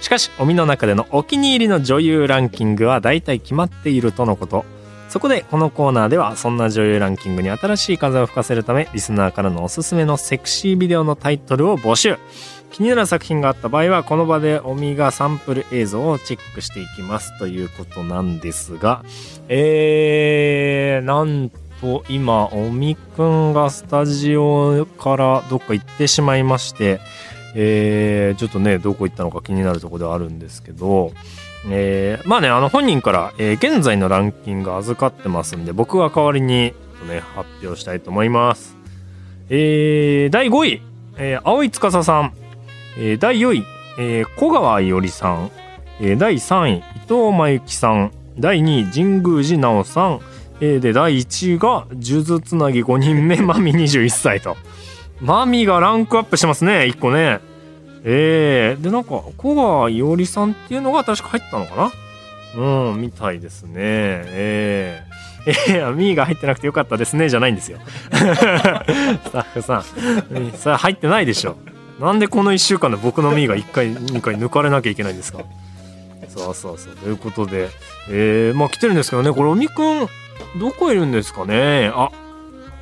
S3: しかし尾身の中でのお気に入りの女優ランキングは大体決まっているとのことそこでこのコーナーではそんな女優ランキングに新しい風を吹かせるためリスナーからのおすすめのセクシービデオのタイトルを募集気になる作品があった場合はこの場で尾身がサンプル映像をチェックしていきますということなんですが
S1: えー、なんと今、おみくんがスタジオからどっか行ってしまいまして、えー、ちょっとね、どこ行ったのか気になるところではあるんですけど、えー、まあね、あの本人から、えー現在のランキング預かってますんで、僕が代わりに、ちょっとね、発表したいと思います。えー、第5位、えー、青井司さん。えー、第4位、えー、小川いおりさん。えー第3位伊藤真由紀さん第2位神宮寺奈緒さん、えーで第1位が「数珠つなぎ5人目マミ21歳と」マミがランクアップしてますね1個ねえー、でなんか小川いおりさんっていうのが確か入ったのかなうんみたいですねえーえー、 ミーが入ってなくてよかったですねじゃないんですよ スタッフさんえーさあ入ってないでしょなんでこの1週間で僕のミーが1回2回抜かれなきゃいけないんですかそうそうそう。ということで、えー、まあ来てるんですけどね、これ、おみくん、どこいるんですかね。あ、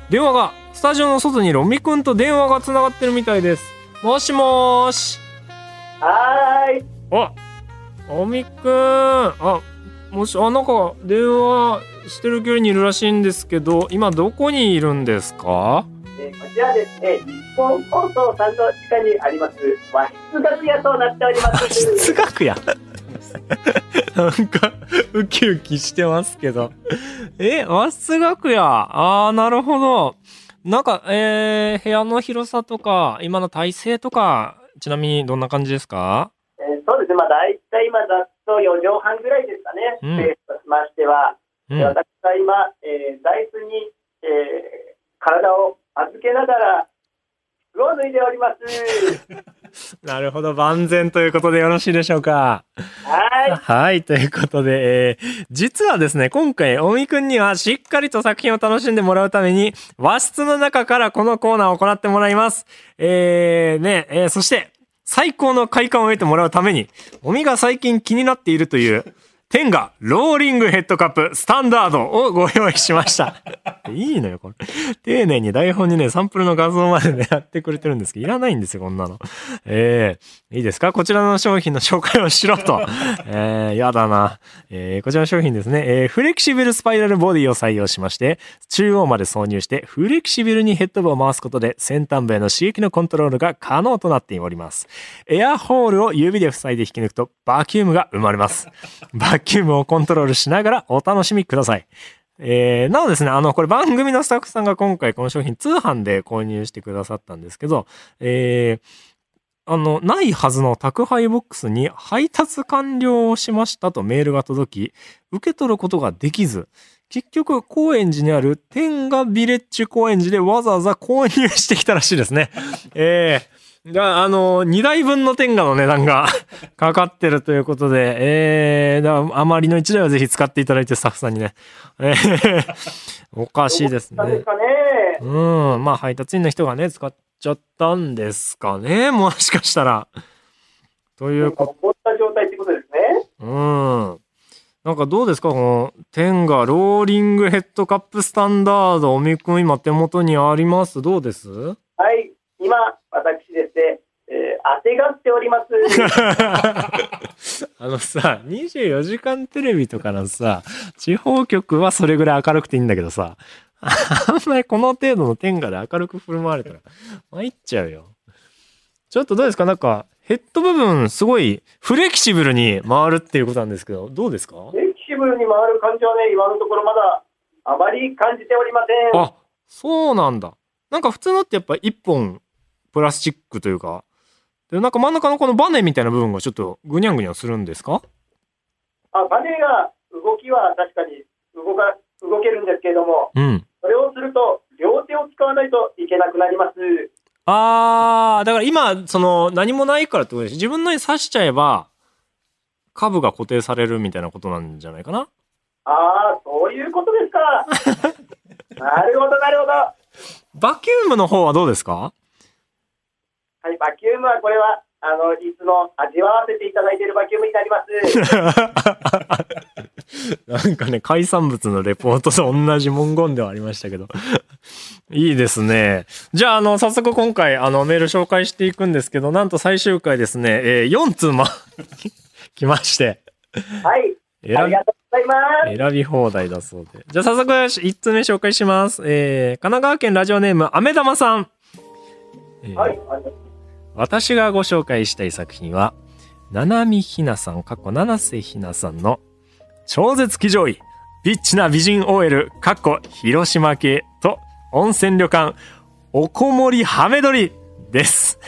S1: 電話が、スタジオの外にいるおみくんと電話がつながってるみたいです。もしもーし。
S7: はーい。
S1: あ、おみくん、あ、もし、あ、なんか、電話してる距離にいるらしいんですけど、今どこにいるんですか
S7: えーこちらですね、日本放送さんの地下にあります、和室楽屋となっております。
S1: 哲学や なんかウキウキしてますけどえ和室楽屋あーなるほどなんかえー、部屋の広さとか今の体勢とかちなみにどんな感じですか
S7: えーそうですね、まあ、大体今、ざっと4畳半ぐらいですかね、
S1: うん
S7: スペースとしましては、
S1: う
S7: で
S1: ん
S7: 私は今、えー、座椅子に、えー体を預けながら、服を脱いでおります。
S1: なるほど。万全ということでよろしいでしょうか。
S9: はい。
S1: はい。ということで、えー、実はですね、今回、おみくんにはしっかりと作品を楽しんでもらうために、和室の中からこのコーナーを行ってもらいます。えー、ね、えーそして、最高の快感を得てもらうために、おみが最近気になっているという、天がローリングヘッドカップスタンダードをご用意しました。 いいのよ、これ。丁寧に台本にね、サンプルの画像までね、やってくれてるんですけど、いらないんですよ、こんなの。えー、いいですかこちらの商品の紹介をしろと。 えー、やだな。えー、こちらの商品ですね、えー、フレキシブルスパイラルボディを採用しまして、中央まで挿入して、フレキシブルにヘッド部を回すことで、先端部への刺激のコントロールが可能となっております。エアホールを指で塞いで引き抜くと、バキュームが生まれます。バキュームをコントロールしながらお楽しみください。えー、なおですね、あの、これ番組のスタッフさんが今回この商品通販で購入してくださったんですけど、えー、あの、ないはずの宅配ボックスに配達完了をしましたとメールが届き、受け取ることができず、結局、高円寺にある天下ビレッジ高円寺でわざわざ購入してきたらしいですね。 えー、だあの、2台分の天下の値段がかかってるということで、えー、だあまりの1台はぜひ使っていただいてスタッフさんにね。えー、 おかしいです
S9: なんで
S1: ね
S9: す。かね。
S1: うん、まあ配達員の人がね、使っちゃったんですかね、 もしかしたら。というこ
S9: 凍った状態ってことですね。
S1: と、うん。なんかどうですかこの、天がローリングヘッドカップスタンダード、おみくん今手元にあります。どうです
S9: はい。今、私ですね、えー、汗がってお ります。
S1: あのさ、24時間テレビとかのさ、地方局はそれぐらい明るくていいんだけどさ、あんまりこの程度の天下で明るく振る舞われたら、参っちゃうよ。ちょっとどうですかなんか、ヘッド部分、すごい、フレキシブルに回るっていうことなんですけど、どうですか
S9: フレキシブルに回る感じはね、今のところまだあまり感じておりません。
S1: あ、そうなんだ。なんか普通のってやっぱ一本、プラスチックというか、で、なんか真ん中のこのバネみたいな部分がちょっとぐにゃんぐにゃんするんですか
S9: あ、バネが動きは確かに動か動けるんですけれども、
S1: うん。
S9: それをすると両手を使わないといけなくなります。
S1: あー、だから今、その、何もないからってことでしょ自分のに刺しちゃえば、下部が固定されるみたいなことなんじゃないかな
S9: ああ、そういうことですか。 なるほど、なるほど。は
S1: バキュームの方はどうですか
S9: い、バキュームはこれは、あの、いつも味わわせていただいているバキュームになります。
S1: なんかね、海産物のレポートと同じ文言ではありましたけど。 いいですね。じゃあ、あの、早速今回、あの、メール紹介していくんですけど、なんと最終回ですね、え4通も 来まして。
S9: はい、
S1: 選
S9: あり
S1: び
S9: がとうございます。
S1: 選び放題だそうで。じゃあ早速1つ目紹介します。えー、神奈川県ラジオネーム、あめだまさん。えー
S9: はい、ありがとう
S1: 私がご紹介したい作品は、七海ひなさん、過去七瀬ひなさんの、超絶気上位、ビッチな美人 OL、過去広島系と、温泉旅館、おこもりハメ撮りです。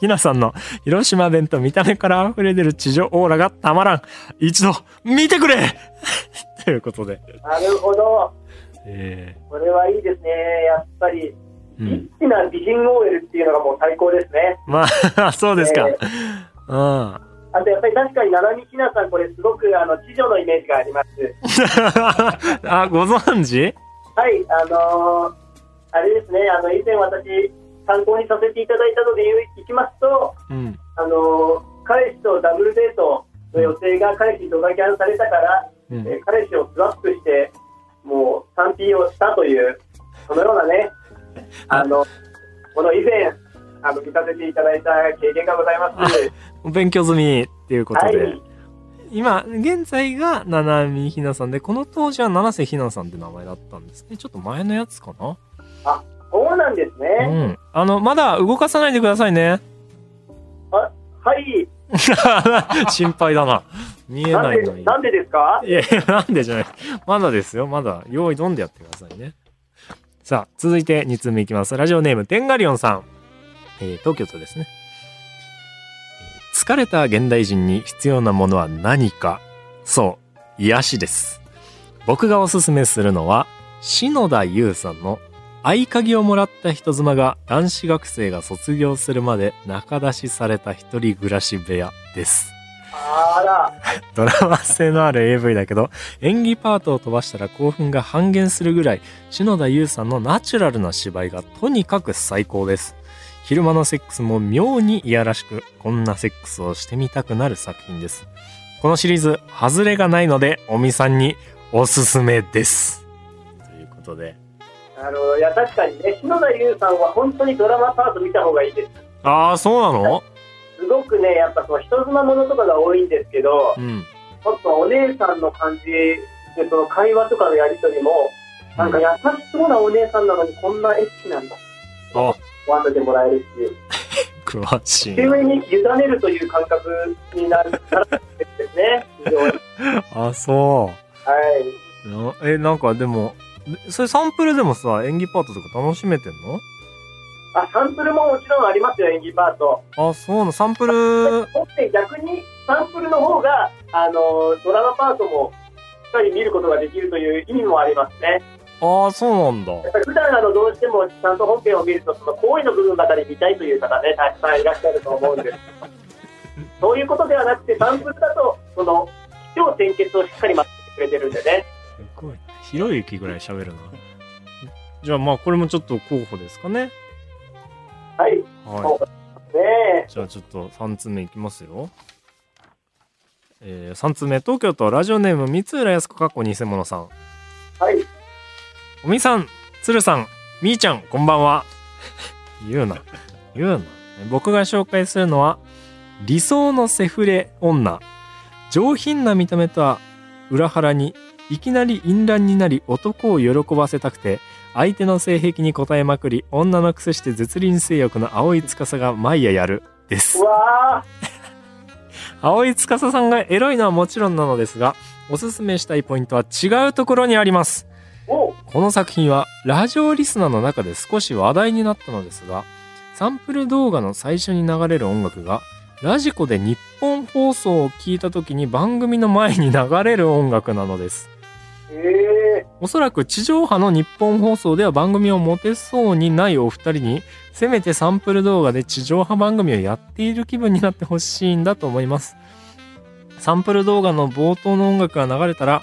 S1: ひなさんの広島弁と見た目から溢れ出る地上オーラがたまらん。一度、見てくれ ということで。
S9: なるほど。
S1: え
S9: これはいいですね。やっぱり、
S1: ーう
S9: リ
S1: ん、
S9: ッチな美人 OL っていうのがもう最高ですね。
S1: まあ、 そうですか。
S9: え
S1: うん。
S9: あとやっぱり確かに、七海ひなさん、これすごく、あの、知女のイメージがあります。
S1: あ、ご存知
S9: はい、あのーあれですね、あの、以前私、参考にさせていただいたので言う、いきますと、
S1: うん。
S9: あの彼氏とダブルデートの予定が彼氏にドタキャンされたから、
S1: うん
S9: えー彼氏をスワップしてもう 3P をしたというそのような ねあのこの以前あの見させていただいた経験がございます。
S1: お勉強済みっていうこと
S9: はい
S1: で。、今、現在が七海ひなさんで、この当時は七瀬ひなさんって名前だったんですね。ちょっと前のやつかな
S9: そうなんです
S1: う
S9: ね。
S1: ん。あの、まだ動かさないでくださいね。
S9: はい、
S1: 心配だな。見え
S9: な
S1: なんい
S9: で
S1: のに。
S9: なんでですか？
S1: いやいや、なんでじゃない。まだですよ。まだ。用意どんでやってくださいね。さあ、続いて2通目いきます。ラジオネーム、テンガリオンさん。えー東京都ですね。えー疲れた現代人に必要なものは何か。そう、癒しです。僕がおすすめするのは、篠田優さんの合鍵をもらった人妻が男子学生が卒業するまで仲出しされた一人暮らし部屋です。
S9: あら、
S1: ドラマ性のある AV だけど、演技パートを飛ばしたら興奮が半減するぐらい、篠田優さんのナチュラルな芝居がとにかく最高です。昼間のセックスも妙にいやらしく、こんなセックスをしてみたくなる作品です。このシリーズ、ハズレがないので、おみさんにおすすめです。ということで。
S9: なるほど。いや、確かにね、篠田優さんは本当にドラマパート見た方がいいです。
S1: ああ、そうなの
S9: すごくね、やっぱその人妻ものとかが多いんですけど、
S1: うん。
S9: やっぱお姉さんの感じで、その会話とかのやりとりも、なんか優しそうなお姉さんなのにこんなエッチなんだ。
S1: あ、
S9: ワンドでもらえるし、
S1: 詳しい
S9: 父。親に委ねるという感覚になるからですね。非常に。
S1: あ、そう。
S9: はい。
S1: なえなんかでもそれサンプルでもさ演技パートとか楽しめてんの
S9: あ、サンプルももちろんありますよ、演技パート。
S1: あそうなのサンプル
S9: で逆にサンプルの方が、あのドラマパートもしっかり見ることができるという意味もありますね。
S1: ああそうなんだ
S9: やっぱり普段あのどうしてもちゃんと本編を見るとその行為の部分ばかり見たいという方ねたくさんいらっしゃると思うんです。そういうことではなくてサンプルだとその基調点結をしっかり待ってくれてるんでね。
S1: すごいひろゆきぐらい喋るな
S10: じゃあまあこれもちょっと候補ですかね。
S9: はい。ね
S10: は
S9: え。
S10: い。じゃあちょっと3つ目いきますよ。えー、3つ目東京都ラジオネーム三浦康子かっこ偽物さん。
S9: はい。
S10: おみさん、つるさん、みーちゃん、こんばんは。
S1: 言うな言うな僕が紹介するのは理想のセフレ女上品な見た目とは裏腹にいきなり淫乱になり男を喜ばせたくて相手の性癖に応えまくり女のくせして絶倫性欲の青井司が毎夜やるです
S9: うわ
S1: 青井司さんがエロいのはもちろんなのですがおすすめしたいポイントは違うところにあります
S9: ーお
S1: この作品はラジオリスナーの中で少し話題になったのですがサンプル動画の最初に流れる音楽がラジコで日本放送を聞いた時に番組の前に流れる音楽なのです
S9: ええ
S1: おそらく地上波の日本放送では番組を持てそうにないお二人にせめてサンプル動画で地上波番組をやっている気分になってほしいんだと思いますサンプル動画の冒頭の音楽が流れたら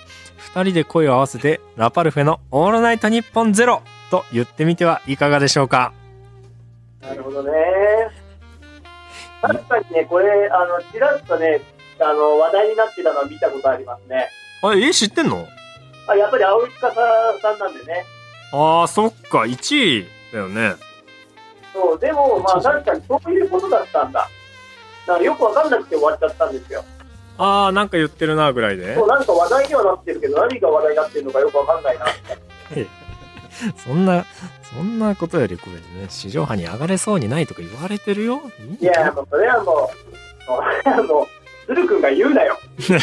S1: 二人で声を合わせてラパルフェの「オールナイトニッポンゼロと言ってみてはいかがでしょうか
S9: なるほどね。確かにねこれあのちらっとねあの話題になってたのは見たことありますね。
S1: あえ知ってんの
S9: あやっぱり青井司さんなんでね。
S10: あー、そっか、1位だよね。
S9: そう、でも、まあ、確かにそういうことだったんだ。だからよくわかんなくて終わっちゃったんですよ。
S10: あー、なんか言ってるなぐらいで
S9: そ。う、なんか話題にはなってるけど、何が話題になってるのかよくわかんないな。
S1: そんなそんなことよりこれね地上波に上がれそうにないとか言われてるよ
S9: いや、もうそれはもう、それはもう、鶴くんが言うなよ。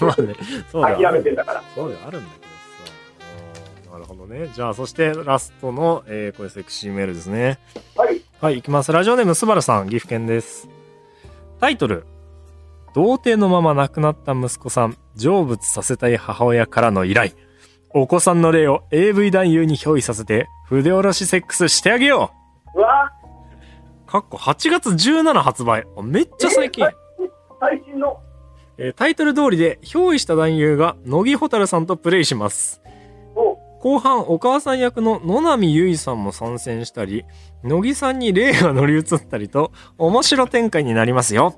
S1: まあねそうだよ
S9: 諦めてんだから。
S1: そうではあるんだけどさ
S10: なるほどね。じゃあ、そしてラストの、えー、これセクシーメールですね。
S9: はい。
S10: はい、いきます。ラジオネーム、すばるさん、岐阜県です。
S1: タイトル童貞のまま亡くなった息子さん成仏させたい母親からの依頼お子さんの霊を AV 男優に憑依させて筆下ろしセックスしてあげよ
S9: うわ
S1: うかっこ8月17発売あめっちゃ最近
S9: 最新の。
S1: えータイトル通りで憑依した男優が乃木蛍さんとプレイします
S9: お
S1: 後半お母さん役の野波優衣さんも参戦したり乃木さんに霊が乗り移ったりと面白展開になりますよ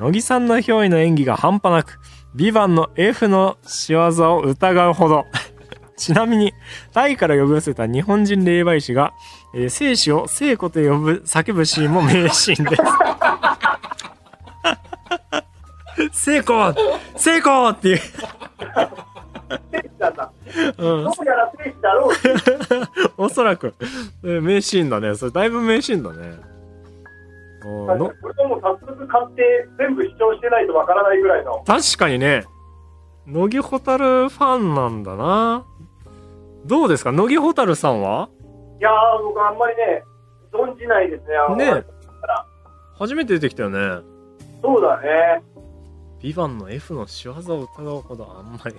S1: 乃木さんの憑依の演技が半端なく「ビバンの F の仕業を疑うほど ちなみにタイから呼び寄せた日本人霊媒師が、えー生死を聖子と呼ぶ叫ぶシーンも名シーンです 聖子聖子っていう、
S9: 聖地だった。
S1: うん
S9: ど、うやら聖地だろう。
S1: おそらくえ名シーンだねそれだいぶ名シーンだねおーの
S9: これはもう早速買って、全部視聴してないとわからないぐらいの。
S1: 確かにね乃木蛍ファンなんだなどうですか乃木蛍さんはい
S9: やー、僕あんまりね、存じないですね。あの
S1: ね初めて出てきたよね
S9: そうだね。
S1: 「ビバンの F の仕業を 疑うほどあんまり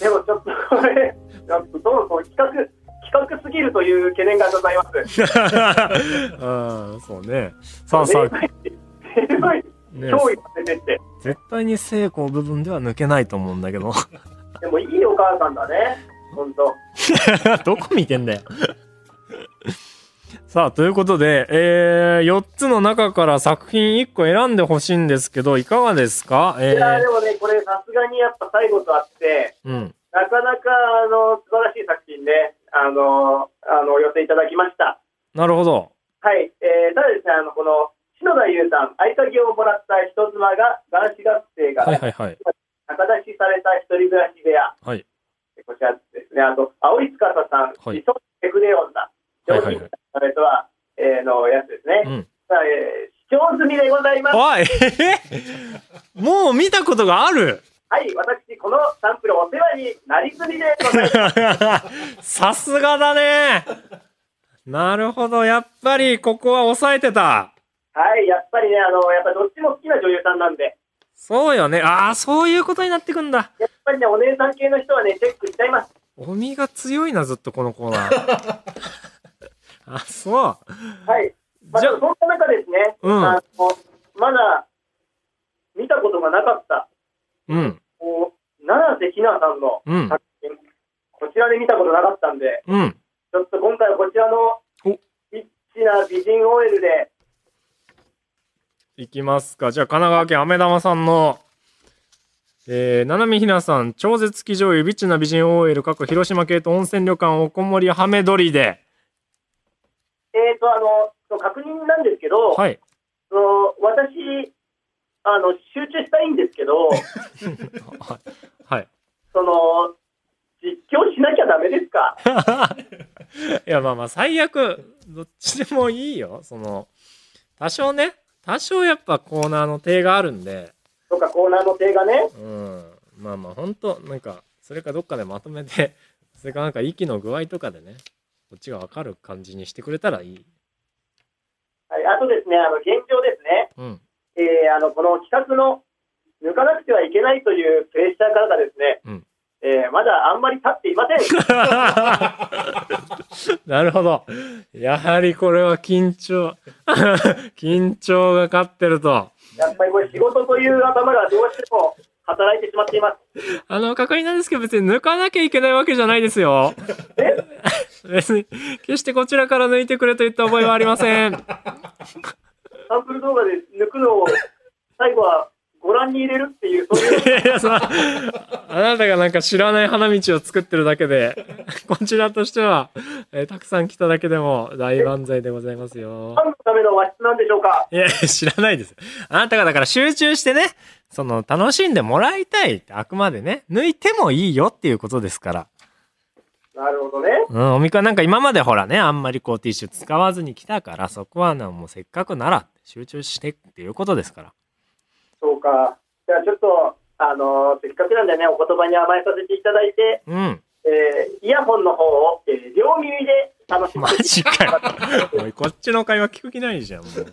S9: でもちょっとこれ、やっぱどうも企画、企画すぎるという懸念がござい ます。
S1: ああ、そうね。さあさあ、
S9: すごい
S1: ね、
S9: 脅威が出てきて、
S1: 絶対に成功部分では抜けないと思うんだけど。
S9: でもいいお母さんだね、本 当。
S1: どこ見てんだよ。さあ、ということで、えー、4つの中から作品1個選んでほしいんですけど、いかがですかえ
S9: いや
S1: ー
S9: ーでもね、これさすがにやっぱ最後とあって、
S1: うん。
S9: なかなかあの素晴らしい作品で、あのあのお寄せいただきました。
S1: なるほど。
S9: はい、えー、ただですね、あのこの篠田優さん、合鍵をもらった人妻が男子学生が
S1: はい
S9: 中
S1: はいはい。
S9: 出しされた一人暮らし部屋、
S1: はい
S9: こちらですね、あと青井司さ
S1: はい
S9: ん、理想のエフレオンだ、
S1: は
S9: 上
S1: いはいはい
S9: 品なそれとは、えーのやつですね。
S1: うん
S9: さあえー視聴済みでございます。
S1: おい、 えーもう見たことがある
S9: はい、私、このサンプルお世話になりすぎでござい ます。
S1: さすがだね。なるほど。やっぱり、ここは抑えてた。
S9: はい、やっぱりね、あの、やっぱどっちも好きな女優さんなんで、
S1: そうよね。ああ、そういうことになってくんだ。
S9: やっぱりね、お姉さん系の人はね、チェックしちゃいます。
S1: おみが強いな、ずっとこのコーナー。あ、そう。
S9: はい。まあ、
S1: じ
S9: で
S1: ゃあ
S9: もそんな中ですね、
S1: うん
S9: あのまだ見たことがなかった、
S1: うん、
S9: こう、七瀬ひなさんの
S1: うん、
S9: 作品、こちらで見たことなかったんで、
S1: うん。
S9: ちょっと今回はこちらの
S1: お、
S9: リッチな美人 OL で、
S1: いきますか。じゃあ、神奈川県飴玉さんの、えー、七海ひなさん、超絶気上優、ビッチな美人 OL、過去広島系と温泉旅館、おこもり、ハメ撮りで。
S9: えーと、あの、その確認なんですけど、
S1: はい。
S9: その私、あの、集中したいんです けど、
S1: はい。
S9: その、実況しなきゃダメですか
S1: い や、まあまあ、最悪、どっちでもいいよ。その、多少ね、多少やっぱコーナーの手があるんで、
S9: とかコーナーの手がね。
S1: うん、まあまあ本当なんかそれかどっかでまとめて それかなんか息の具合とかでねこっちが分かる感じにしてくれたらいい
S9: はい、あとですね、あの、現状ですね、
S1: うん
S9: えーあの、この企画の抜かなくてはいけないというプレッシャーからがですね、
S1: うん
S9: えーまだあんまり立ってい ません。
S1: なるほどやはりこれは緊張 緊張が勝ってると
S9: やっぱりこれ仕事という頭がどうしても働いてしまっています。
S1: あの確認なんですけど別に抜かなきゃいけないわけじゃないです よ別に決してこちらから抜いてくれと言った覚えはありません
S9: サンプル動画で抜くのを最後はご覧に入れるっていう、そういう
S1: いやいやそのあなたがなんか知らない花道を作ってるだけで、こちらとしては、えーたくさん来ただけでも大万歳でございますよ
S9: フ。ァンのための和室なんでしょうか。
S1: いや、知らないです。あなたがだから集中してね、その楽しんでもらいたいってあくまでね、抜いてもいいよっていうことですから。
S9: なるほどね。
S1: うん、おみくはなんか今までほらね、あんまりこうティッシュ使わずに来たから、そこはな、もうせっかくなら集中してっていうことですから。
S9: そうか。じゃあちょっと、あのーせっかくなんでね、お言葉に甘えさせていただいて、
S1: うん。
S9: えーイヤホンの方を、えー両耳で楽しみ
S1: マジかよ。 おい、こっちの会話聞く気ないじゃん。もう終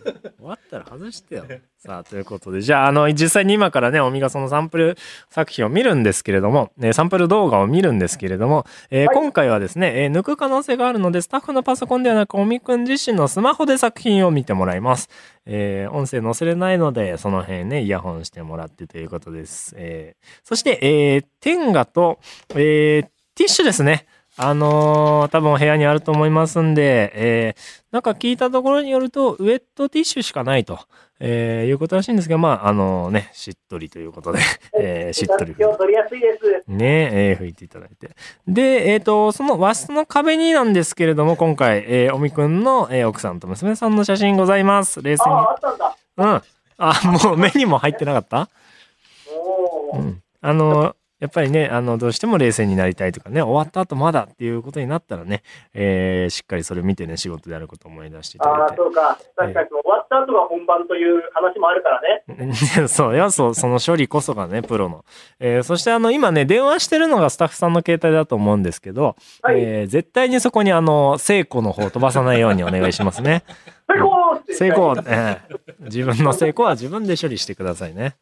S1: わったら外してよ。さあ、ということで、じゃあ、あの、実際に今からね、おみがそのサンプル作品を見るんですけれども、えーサンプル動画を見るんですけれども、えー今回はですね、えー抜く可能性があるので、スタッフのパソコンではなく、おみくん自身のスマホで作品を見てもらいます。えー音声載せれないので、その辺ね、イヤホンしてもらってということです。えーそして、えー、天下と、えーティッシュですね。あのー多分お部屋にあると思いますんで、えーなんか聞いたところによると、ウェットティッシュしかないと、えーいうことらしいんですが、まあ、あのね、しっとりということで、えーしっとり。
S9: を取りやすいです。
S1: ねえー拭いていただいて。で、えっ、と、その和室の壁になんですけれども、今回、えーおみくんの、えー奥さんと娘さんの写真ございます。冷静
S9: あ
S1: に
S9: あ、。あったんだ。
S1: うん。あ、もう目にも入ってなかった
S9: お
S1: う
S9: ー
S1: ん、あのやっぱりねあのどうしても冷静になりたいとかね終わった後まだっていうことになったらね、えーしっかりそれを見てね仕事であることを思い出していた
S9: あ
S1: だ
S9: あ、そうか。確かに、終わった後が本番という話もあるから
S1: い
S9: ね。
S1: て そうよそうその処理こそがねプロの、えーそしてあの今ね電話してるのがスタッフさんの携帯だと思うんですけど、
S9: はい
S1: えー絶対にそこにあの聖子の方を飛ばさないようにお願いします ね
S9: 成功って
S1: 聖子、えー自分の聖子は自分で処理してくださいね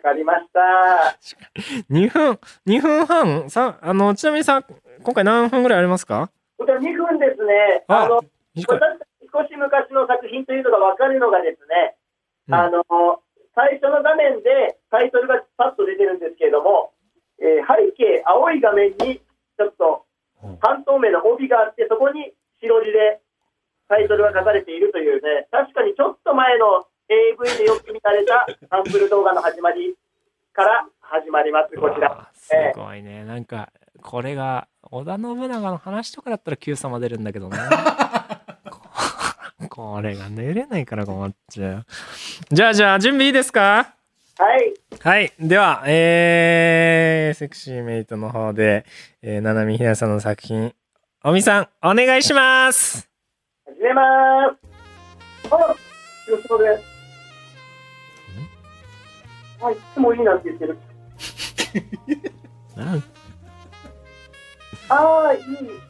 S9: わかりました。
S1: 2分2分半さあのちなみにさ今回何分ぐらいありますか
S9: こちら2分ですね、
S1: あ
S9: あの
S1: 短
S9: 私
S1: い。
S9: たち少し昔の作品というのが分かるのがですね、あの最初の画面でタイトルがパッと出てるんですけれども、えー背景、青い画面にちょっと半透明の帯があって、そこに白字でタイトルが書かれているというね、確かにちょっと前の AV でよく見られたサンプル動画の始まりから始まります、こちら。
S1: あすごいね。なんか、これが、織田信長の話とかだったら Q 様出るんだけどな。こ これが寝れないから困っちゃう。じゃあじゃあ、準備いいですか
S9: はい、
S1: はい。では、えー、セクシーメイトの方で、えー、七海ひなさんの作品、おみさん、お願いします。
S9: 始めます。あ、よろしくお願いします。はい、いつもいいなんて言ってる。
S1: なん
S9: ああ、い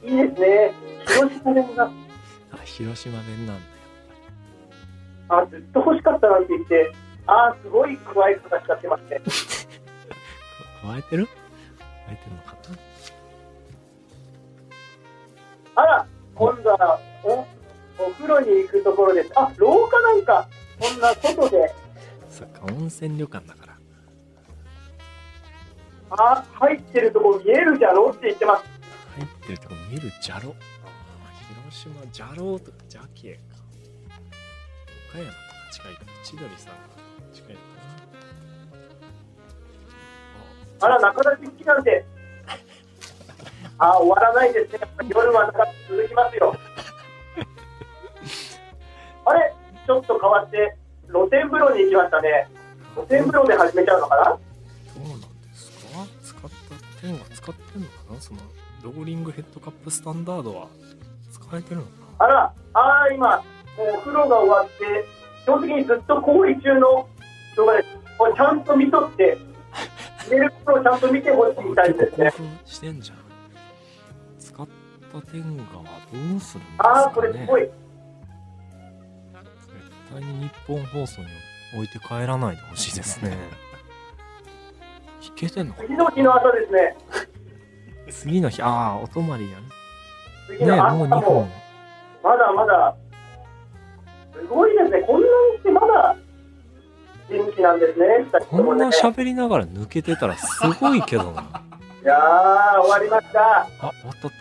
S9: い、いいですね。広島弁が、
S1: か広島弁なんだよ。
S9: あ、ずっと欲しかったなんて言って、ああ、すごい怖い子が使ってますね。
S1: 加えてる加えてるのかな
S9: あら、今度は、お、お風呂に行くところです。あ、廊下なんか、こんな外で、
S1: そっか、温泉旅館だから。
S9: あー入ってるとこ見えるじゃろうって言ってます。
S1: 入ってるとこ見えるじゃろ広島じゃろうとかジャケか岡山とか近いか千鳥さんが近いか
S9: あら、中田好きなんで。ああ、終わらないですね。やっぱり夜は長く続きま すよ。あれ、ちょっと変わって、露天風呂に行きましたね。露天風呂で始めちゃうのかな
S1: などうなんですか使った天が使ってんのかなそのローリングヘッドカップスタンダードは使えてるのか
S9: あら、ああ、今、もうお風呂が終わって、基本的にずっと行為中の動画です。これちゃんと見とって、入れるところをちゃんと見てほしいみた
S1: ない
S9: で
S1: 結
S9: す
S1: 構興
S9: ね。
S1: 奮してんじゃん使った天下はどうするんです
S9: ああ、
S1: か
S9: これす
S1: ね
S9: ごい。
S1: 絶対に日本放送に置いて帰らないでほしいです ねいけてんのかな
S9: 次の日の朝ですね。
S1: 次の日ああお泊まりやね
S9: 次
S1: ね
S9: の朝
S1: もう2
S9: も
S1: 本
S9: まだまだ、すごいですね。こんなにしてまだ元気なんですね、二人と
S1: こ
S9: も
S1: ん
S9: ね。
S1: ない喋りながら抜けてたらすごいけどな
S9: やー、終わりました。
S1: あ終わったって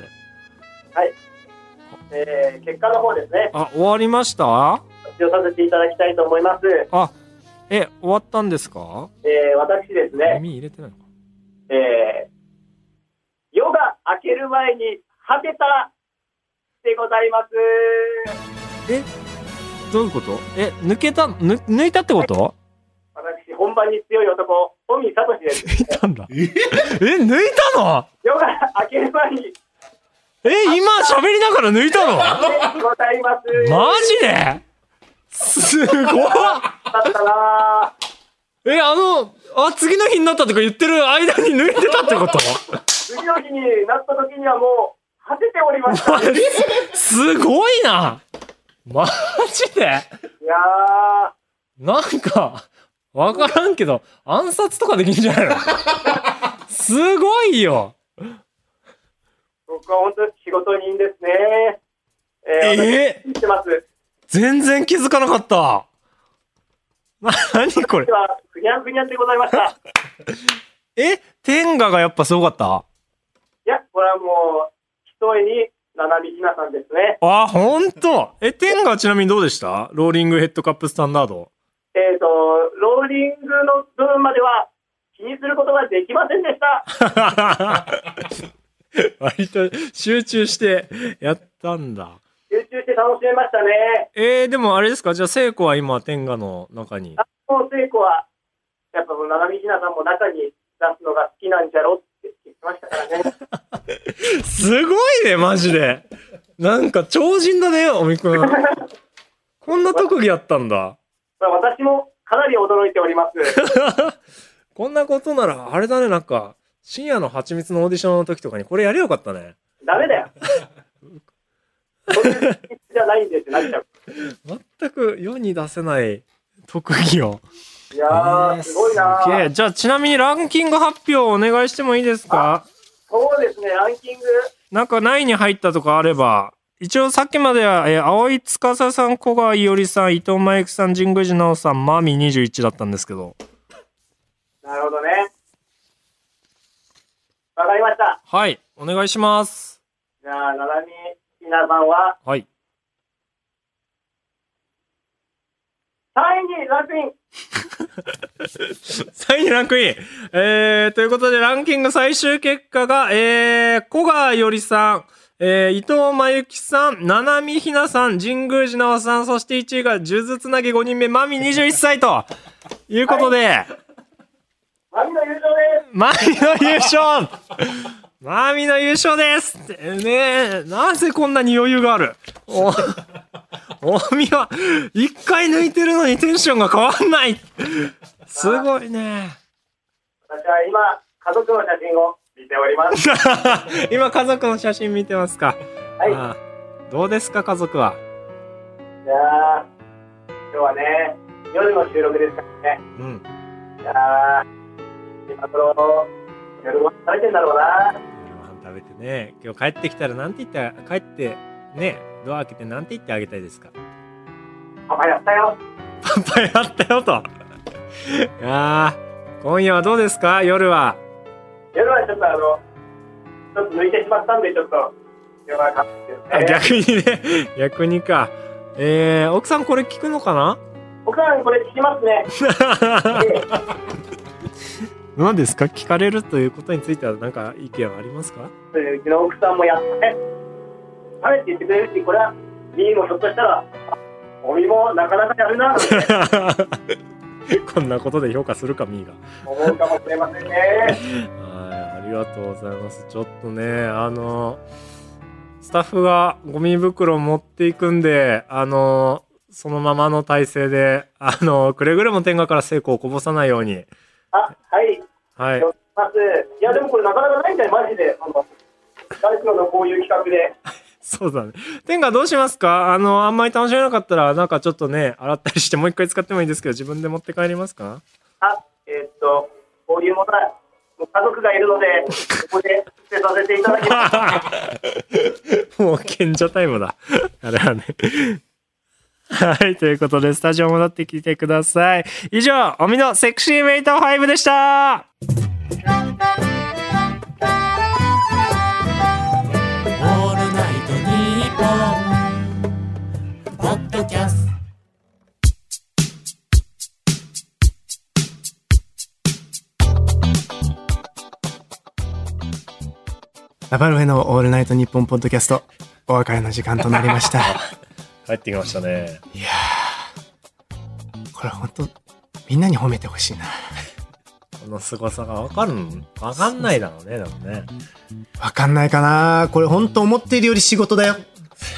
S9: えー、結果の方ですね、
S1: あ終わりました
S9: 発表させていただきたいと思います。
S1: あえ終わったんですか
S9: えー、私ですね、
S1: 耳入れてないのか
S9: えー、夜が明ける前に果てたでございます。
S1: どういうことえ抜けたぬ抜いたってこと
S9: 私、本番に強い男、富井聡です。
S1: 抜いたんだえ抜いたの
S9: 夜が明ける前に
S1: え今喋りながら抜いたのマ
S9: 果てでございます。
S1: ジですごい
S9: だったなー
S1: えあのあ次の日になったとか言ってる間に抜いてたってこと
S9: 次の日になった時にはもう、果てており ました。
S1: すごいなマジで
S9: いやー、
S1: なんか、わからんけど、暗殺とかできんじゃないのすごいよ
S9: 僕は本当に仕事人ですね。えー、
S1: え
S9: 私、知ってます。
S1: 全然気づかなかったな、なにこれ
S9: では、ぐにゃんぐにゃんでございました。い
S1: え天下がやっぱすごかった
S9: や、これはもう、ひとえに、ななみひなさんですね。
S1: あ、ほんとえ、天下はちなみにどうでしたローリングヘッドカップスタンダード。
S9: えっ、と、ローリングの部分までは、気にすることができませんでした。
S1: 割と集中してやったんだ。
S9: 集中して楽しめましたね。
S1: えー、でもあれですかじゃあ聖子は今天下の中に。
S9: もう、聖子は、やっぱもう、ななみひなさんも中に出すのが好きなんじゃろって言ってましたからね。
S1: すごいね、マジで。なんか超人だね、おみくん。こんな特技あったんだ。
S9: まあ私も、かなり驚いております。
S1: こんなことなら、あれだね、なんか、深夜の蜂蜜のオーディションの時とかにこれやりゃよかったね。
S9: ダメだよ。そういう気持ちじゃないんですってなっちゃう。
S1: 全く世に出せない特技を。
S9: いやー、すごいな
S1: すげ
S9: ー。
S1: えじゃあ、ちなみにランキング発表お願いしてもいいですか
S9: そうですね、ランキング。
S1: なんか何位に入ったとかあれば、一応さっきまでは、えー、青井司さん、小川伊織さん、伊藤真由紀さん、神宮寺奈緒さん、マミ21だったんですけど。
S9: なるほどね。わかりました。
S1: はい、お願いします。
S9: じゃあ、ななみひなさんは、
S1: はい。
S9: 3位にランクイン。
S1: 3位にランクイン。えー、ということで、ランキング最終結果が、えー、小川よりさん、えー、伊藤真由紀さん、七海ひなさん、神宮寺奈緒さん、そして1位が、数珠つなぎ5人目、まみ21歳と、いうことで、
S9: マミの優勝です。
S1: マミの優勝マミの優勝ですってねえ、なぜこんなに余裕があるお、おみは、一回抜いてるのにテンションが変わんないすごいね。
S9: 私は今、家族の写真を見てお ります。
S1: 今、家族の写真見てますか
S9: はい。
S1: ああどうですか、家族は。
S9: じゃあ、今日はね、夜の収録ですからね。
S1: うん。
S9: じゃあ、今頃、夜ご飯食べてんだろうな。
S1: ご飯食べてね、今日帰ってきたらなんて言って、帰って、ね、ドア開けてなんて言ってあげたいですか
S9: パパやったよ。
S1: いっぱいあったよと。いやー今夜はどうですか夜は。
S9: 夜はちょっとあの、ちょっと抜いてしまったんで、ちょっと、夜は感じです
S1: あ
S9: ね。
S1: 逆にね、 逆にか。えー、奥さんこれ聞くのかな
S9: 僕はこれ聞きま すね。
S1: 何ですか聞かれるということについては何か意見はありますか
S9: うちの奥さんもやったね。食べって言ってくれるし、これは、ミーもひょっとしたら、おみもなかなかやるな、と
S1: こんなことで評価するか、みーが。
S9: 思うかもしれませんね。
S1: はい、ありがとうございます。ちょっとね、あの、スタッフがゴミ袋を持っていくんで、あの、そのままの体勢で、あの、くれぐれも天下から成功をこぼさないように。
S9: あ、はい、
S1: はい。
S9: よます。いや、でもこれなかなかないんだよ、マジで。あの大工のこういう企画で。
S1: そうだね。天下どうしますかあの、あんまり楽しめなかったら、なんかちょっとね、洗ったりしてもう一回使ってもいいですけど、自分で持って帰りますか
S9: あ、えーっと、こういうものは、もう家族がいるので、ここで捨てさせていただきます。
S1: もう賢者タイムだ。あれはね。はい。ということで、スタジオ戻ってきてください。以上、おみのセクシーメイト5でした。
S11: オールナイトニッポン」ポッドキャスト
S2: ラパルフェのオールナイトニッポンポッドキャスト、お別れの時間となりま した。
S12: 帰ってきましたね。
S2: いやーこれ本当みんなに褒めてほしいな。
S12: この凄さがわかるのわかんないだろうね、でもね。
S2: わかんないかなこれ本当思っているより仕事だよ。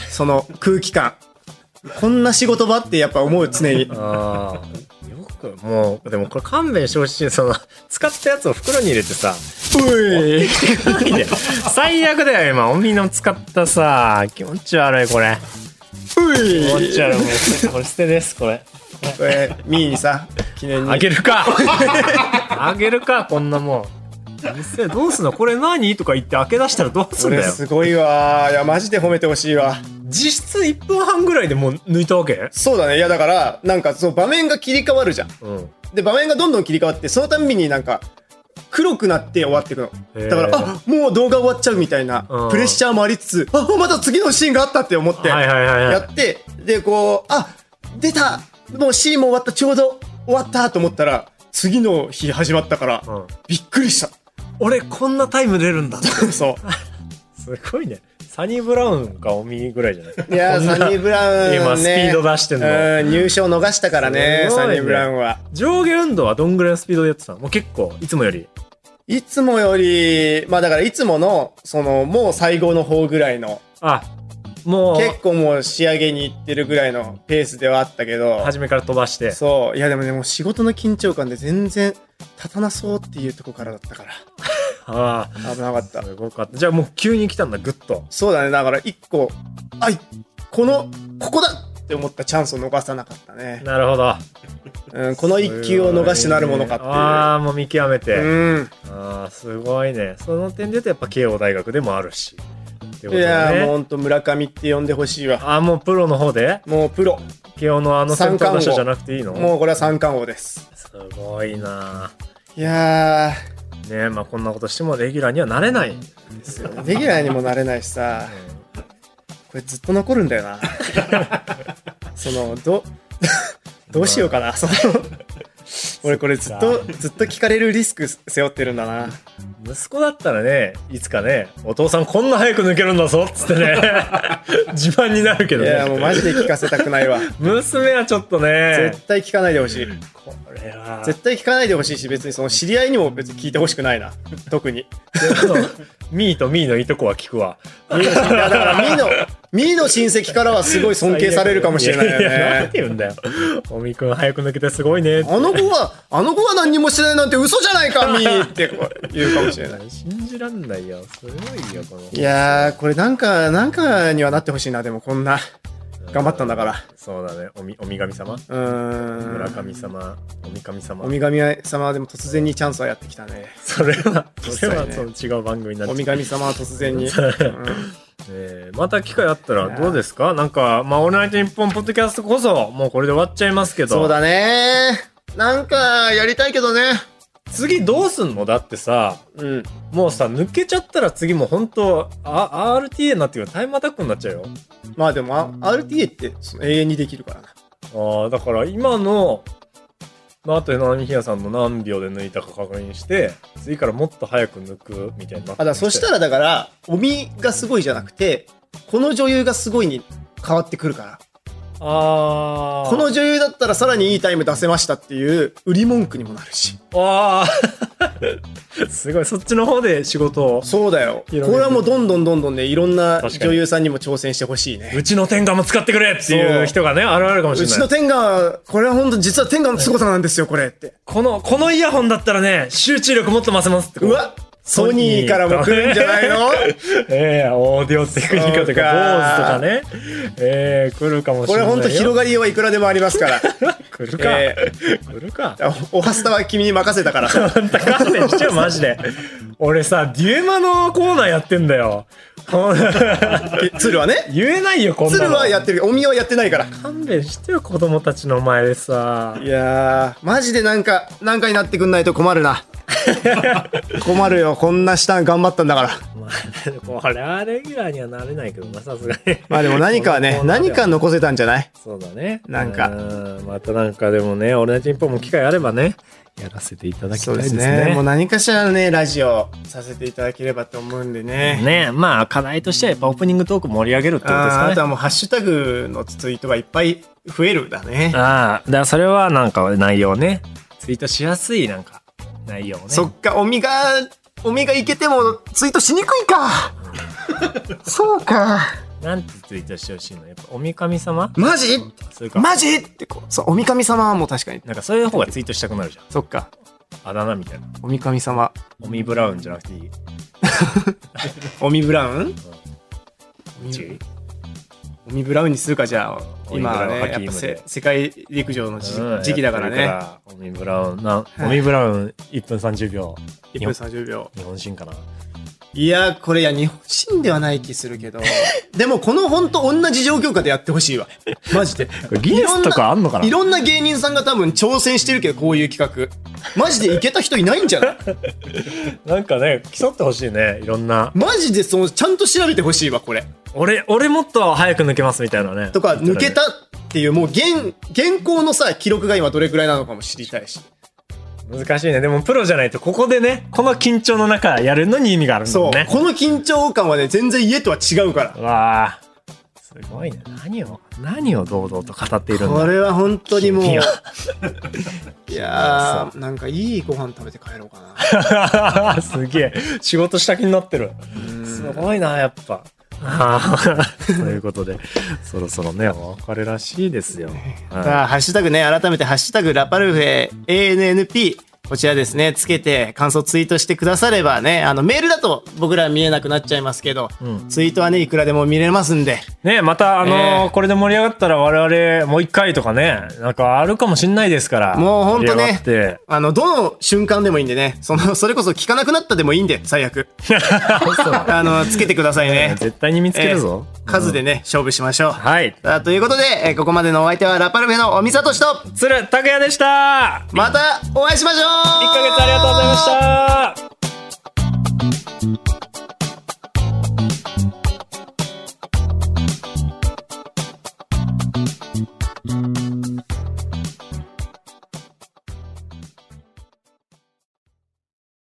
S2: その空気感。こんな仕事場ってやっぱ思 う常に。
S12: ああ。よく、もう、でもこれ勘弁してほしい。その、使ったやつを袋に入れてさ、
S2: うい
S12: 最悪だよ、今。おみの使ったさ、気持ち悪い、これ。
S2: うい
S12: 気持ち悪い。もう、これ捨てです、これ。
S2: これ、ミーにさ、記念に。
S12: あげる かあげるか、こんなもん。店どうすんのこれ何とか言って開け出したらどうす
S2: こ
S12: ん
S2: れ
S12: だよ。
S2: すごいわー。いや、マジで褒めてほしいわ。
S12: 実質1分半ぐらいでもう抜いたわけ
S2: そうだね。いや、だから、なんか、そう、場面が切り替わるじゃん。
S12: うん。
S2: で、場面がどんどん切り替わって、そのたんびになんか、黒くなって終わっていくの。
S12: へー
S2: だから、あもう動画終わっちゃうみたいな
S12: うん、
S2: プレッシャーもありつつ、あまた次のシーンがあったって思って、
S12: はいはいはい
S2: や
S12: はい。
S2: って、で、こう、あ出たもうシーンも終わった、ちょうど終わったと思ったら、次の日始まったから、
S12: うん
S2: びっくりした。
S12: 俺こんなタイム出るんだ。
S2: そ
S12: すごいね。サニーブラウンかおみぐらいじゃない
S2: う。いやー、サニー・ブラウン、ね。
S12: 今スピード出してんの
S2: うん、入賞逃したからね、
S12: すごい
S2: サ
S12: ね
S2: ニー・ブラウンは。
S12: 上下運動はどんぐらいのスピードでやってたのもう結構、いつもより。
S2: いつもより、まあだからいつもの、その、もう最後の方ぐらいの、
S12: あ、も
S2: 結
S12: う、
S2: 構もう仕上げにいってるぐらいのペースではあったけど、
S12: 初めから飛ばして。
S2: そう。いやでもね、もう仕事の緊張感で全然立たなそうっていうとこからだったから、
S12: あ
S2: 危なかった
S12: あ、。すごかった。じゃあもう急に来たんだ、ぐっと。
S2: そうだね。だから一個、あい、この、ここだって思ったチャンスを逃さなかったね。
S1: なるほど。
S2: うん、この一球を逃してなるものか
S1: ああ、もう見極め
S2: って
S1: て。
S2: いう。うん
S1: ああ、すごいね。その点で言うと、やっぱ慶応大学でもあるし。ってこと
S2: い
S1: ね
S2: やーもうほんと村上って呼んでほしいわ。
S1: ああ、もうプロの方で
S2: もうプロ。
S1: 慶応のあの先
S2: 三
S1: 頭
S2: 冠王
S1: 打者じゃなくていいの
S2: もうこれは三冠王です。
S1: すごいない
S2: や
S1: ねえ、まあこんなことしてもレギュラーにはなれない。
S2: ー、レギュラーにもなれないしさ、これずっと残るんだよ な。その、ど、 どうしようかな。その俺これずっと、ずっと聞かれるリスク背負ってるんだな。
S1: 息子だったらね、いつかね、お父さんこんな早く抜けるんだぞっつってね、 自慢になるけ
S2: い
S1: ど
S2: やーもう
S1: ね。
S2: マジで聞かせたくない わ。
S1: 娘はちょっとね、
S2: 絶対聞かないでほしい。
S1: これは。
S2: 絶対聞かないでほしいし、別にその知り合いにも別に聞いてほしくないな。特に。
S1: ミーとミーのいとこは聞くわ。
S2: いやだから、ミーの、ミーの親戚からはすごい尊敬されるかもしれないよ
S1: ややなん
S2: ね。
S1: て言うんだよ。おみくん早く抜けてすごいね。
S2: あの子は、あの子は何にもしてないなんて嘘じゃないか、ミーってこう言うかもしれない。
S1: 信じらんないよ。すごいよ、この。
S2: いやー、これなんか、なんかにはなってほしいな、でもこんな。頑張ったんだから。
S1: そうだね。おみ、おみ神様
S2: うーん。
S1: 村神様、おみ神様。
S2: お神様はでも突然にチャンスはやってきたね。
S1: それは、それ
S2: そうだ
S1: は
S2: ね
S1: その違う番組になっちゃ
S2: お
S1: う。
S2: 神様は突然に。 うん
S1: えーまた機会あったらどうですかなんか、まあ、オールナイトニッポンポッドキャストこそ、もうこれで終わっちゃいますけど。
S2: そうだねなんか、やりたいけどね。
S1: 次どうすんのだってさ、
S2: うん。
S1: もうさ、抜けちゃったら次もう本当あ RTA になってくるタイムアタックになっちゃうよ。
S2: まあでも、あ RTA ってその永遠にできるからな。
S1: ああ、だから今の、まあ、あと、南ひやさんの何秒で抜いたか確認して、次からもっと早く抜くみたいになってきて
S2: あ、だからそしたらだから、おみがすごいじゃなくて、この女優がすごいに変わってくるから。
S1: ああ。
S2: この女優だったらさらにいいタイム出せましたっていう売り文句にもなるし。
S1: ああ すごい、そっちの方で仕事を。
S2: そうだよ。これ
S1: 広げて
S2: はもうどんどんどんどんね、いろんな
S1: 確かに
S2: 女優さんにも挑戦してほしいね。
S1: うちの天下も使ってくれってい
S2: そうう
S1: 人がね、現れるかもし
S2: う
S1: れない。
S2: ちの天下、これは本当実は天下の凄さなんですよ、これって。
S1: この、このイヤホンだったらね、集中力もっと増せますってこ
S2: う
S1: と。
S2: わソニーからも来るんじゃない の
S1: ええオーディオテクニカと
S2: そ
S1: か、坊主と
S2: うか
S1: かね。ええ来るかもし
S2: こ
S1: れ
S2: れ
S1: ないよ。
S2: 本当広がりはいくらでもありますから。
S1: 来るか。
S2: え
S1: 来るか。
S2: ーおおはスタは君に任せた から。
S1: あんた勘弁しちゃう、マジで。俺さ、デュエマのコーナーやってんだよ。 こんな
S2: え鶴はね。
S1: 言えないよ、こんなの。
S2: 鶴はやってるけど、おみはやってないから。
S1: 勘弁してよ、子供たちの前でさ。
S2: いやー、マジでなんか、なんかになってくんないと困 るな。困るよ、こんな下頑張ったんだから。
S1: まあ、これはレギュラーにはなれないけどな、さすがに。
S2: まあでも何かはね、
S1: このコーナーで
S2: 何
S1: は
S2: か残せたんじゃない
S1: そうだね。
S2: なんか
S1: うん。またなんかでもね、俺たち日本も機会あればね、やらせていただきたいですね。
S2: もう何かしらね、ラジオさせていただければと思うんでね。
S1: ねまあ課題としてはやっぱオープニングトーク盛り上げるってことです
S2: あー
S1: か
S2: あと
S1: ね。
S2: はもうハッシュタグのツイートがいっぱい増えるだね。
S1: ああ、だからそれはなんか内容ね、ツイートしやすいなんか内容をね。
S2: そっか、おみが、おみがいけてもツイートしにくいか。 そうか。
S1: なんてツイートしてほしいのやっぱおみかみ様
S2: マジ
S1: それか、
S2: マジってこう、そう、おみかみ様はもう確かに。
S1: なんかそういう方がツイートしたくなるじゃん。
S2: そっか、
S1: あだ名みたいな。
S2: おみかみ様。
S1: おみブラウンじゃなくていい。
S2: オミブラウン
S1: 違う
S2: オミブラウンにするかじゃあ
S1: オミブ
S2: 今
S1: ラウ
S2: は
S1: ン
S2: ね
S1: ハ
S2: やっ
S1: キー
S2: ぱ
S1: ムで
S2: せ世界陸上の時,、
S1: うん
S2: 期だか
S1: や
S2: ら
S1: っ
S2: ね
S1: てるからおみブラウン、なおみブラウン1分30秒。
S2: 1分30秒
S1: 日本人かな。
S2: いやこれいや日本人ではない気する けどでもこのほんと同じ状況下でやってほしいわ マジで
S1: ギネスとかあんのかない
S2: ろんな芸人さんが多分挑戦してるけどこういう企画マジでいけた人いないんじゃない
S1: なんかね、競ってほしいね。いろんな。
S2: マジでそのちゃんと調べてほしいわこれ
S1: 俺、俺もっと早く抜けますみたいなね。
S2: とか抜けたっていうもう現現行のさ記録が今どれくらいなのかも知りたいし
S1: 難しいね。でもプロじゃないと、ここでね、この緊張の中やるのに意味があるんだ
S2: そ
S1: も
S2: う、
S1: んね。
S2: この緊張感はね全然家とは違うから
S1: わあ、すごいね。何を、何を堂々と語っているん
S2: こ
S1: だ。
S2: れは本当にもう。い
S1: 君は
S2: やー、なんかいいご飯食べて帰ろう かな。
S1: すげえ。仕事した気になってる。すごいな、やっぱ。あー ということで、そろそろね、お別れら しいですよ。はい
S2: さあ、ハッシュタグね、改めて、ハッシュタグラパルフェ ANNP こちらですね、つけて感想ツイートしてくださればね、あの、メールだと僕ら見えなくなっちゃいますけど、ツイートはね、いくらでも見れますんで、
S1: ねまた、あのー
S2: え
S1: これで盛り上がったら我々もう一回とかね、なんかあるかもしんないですから。
S2: もうほんとね
S1: 盛り上がって
S2: あの、どの瞬間でもいいんでね、その、それこそ聞かなくなったでもいいんで、最悪。 あの、つけてくださいね。
S1: 絶対に 見つけるぞ。
S2: えー数でね、勝負しましょう。
S1: はい。
S2: さあということで、えーここまでのお相手はラパルフェのおみさとしと、
S1: 鶴拓也でした
S2: またお会いしましょう !1
S1: 一ヶ月ありがとうございました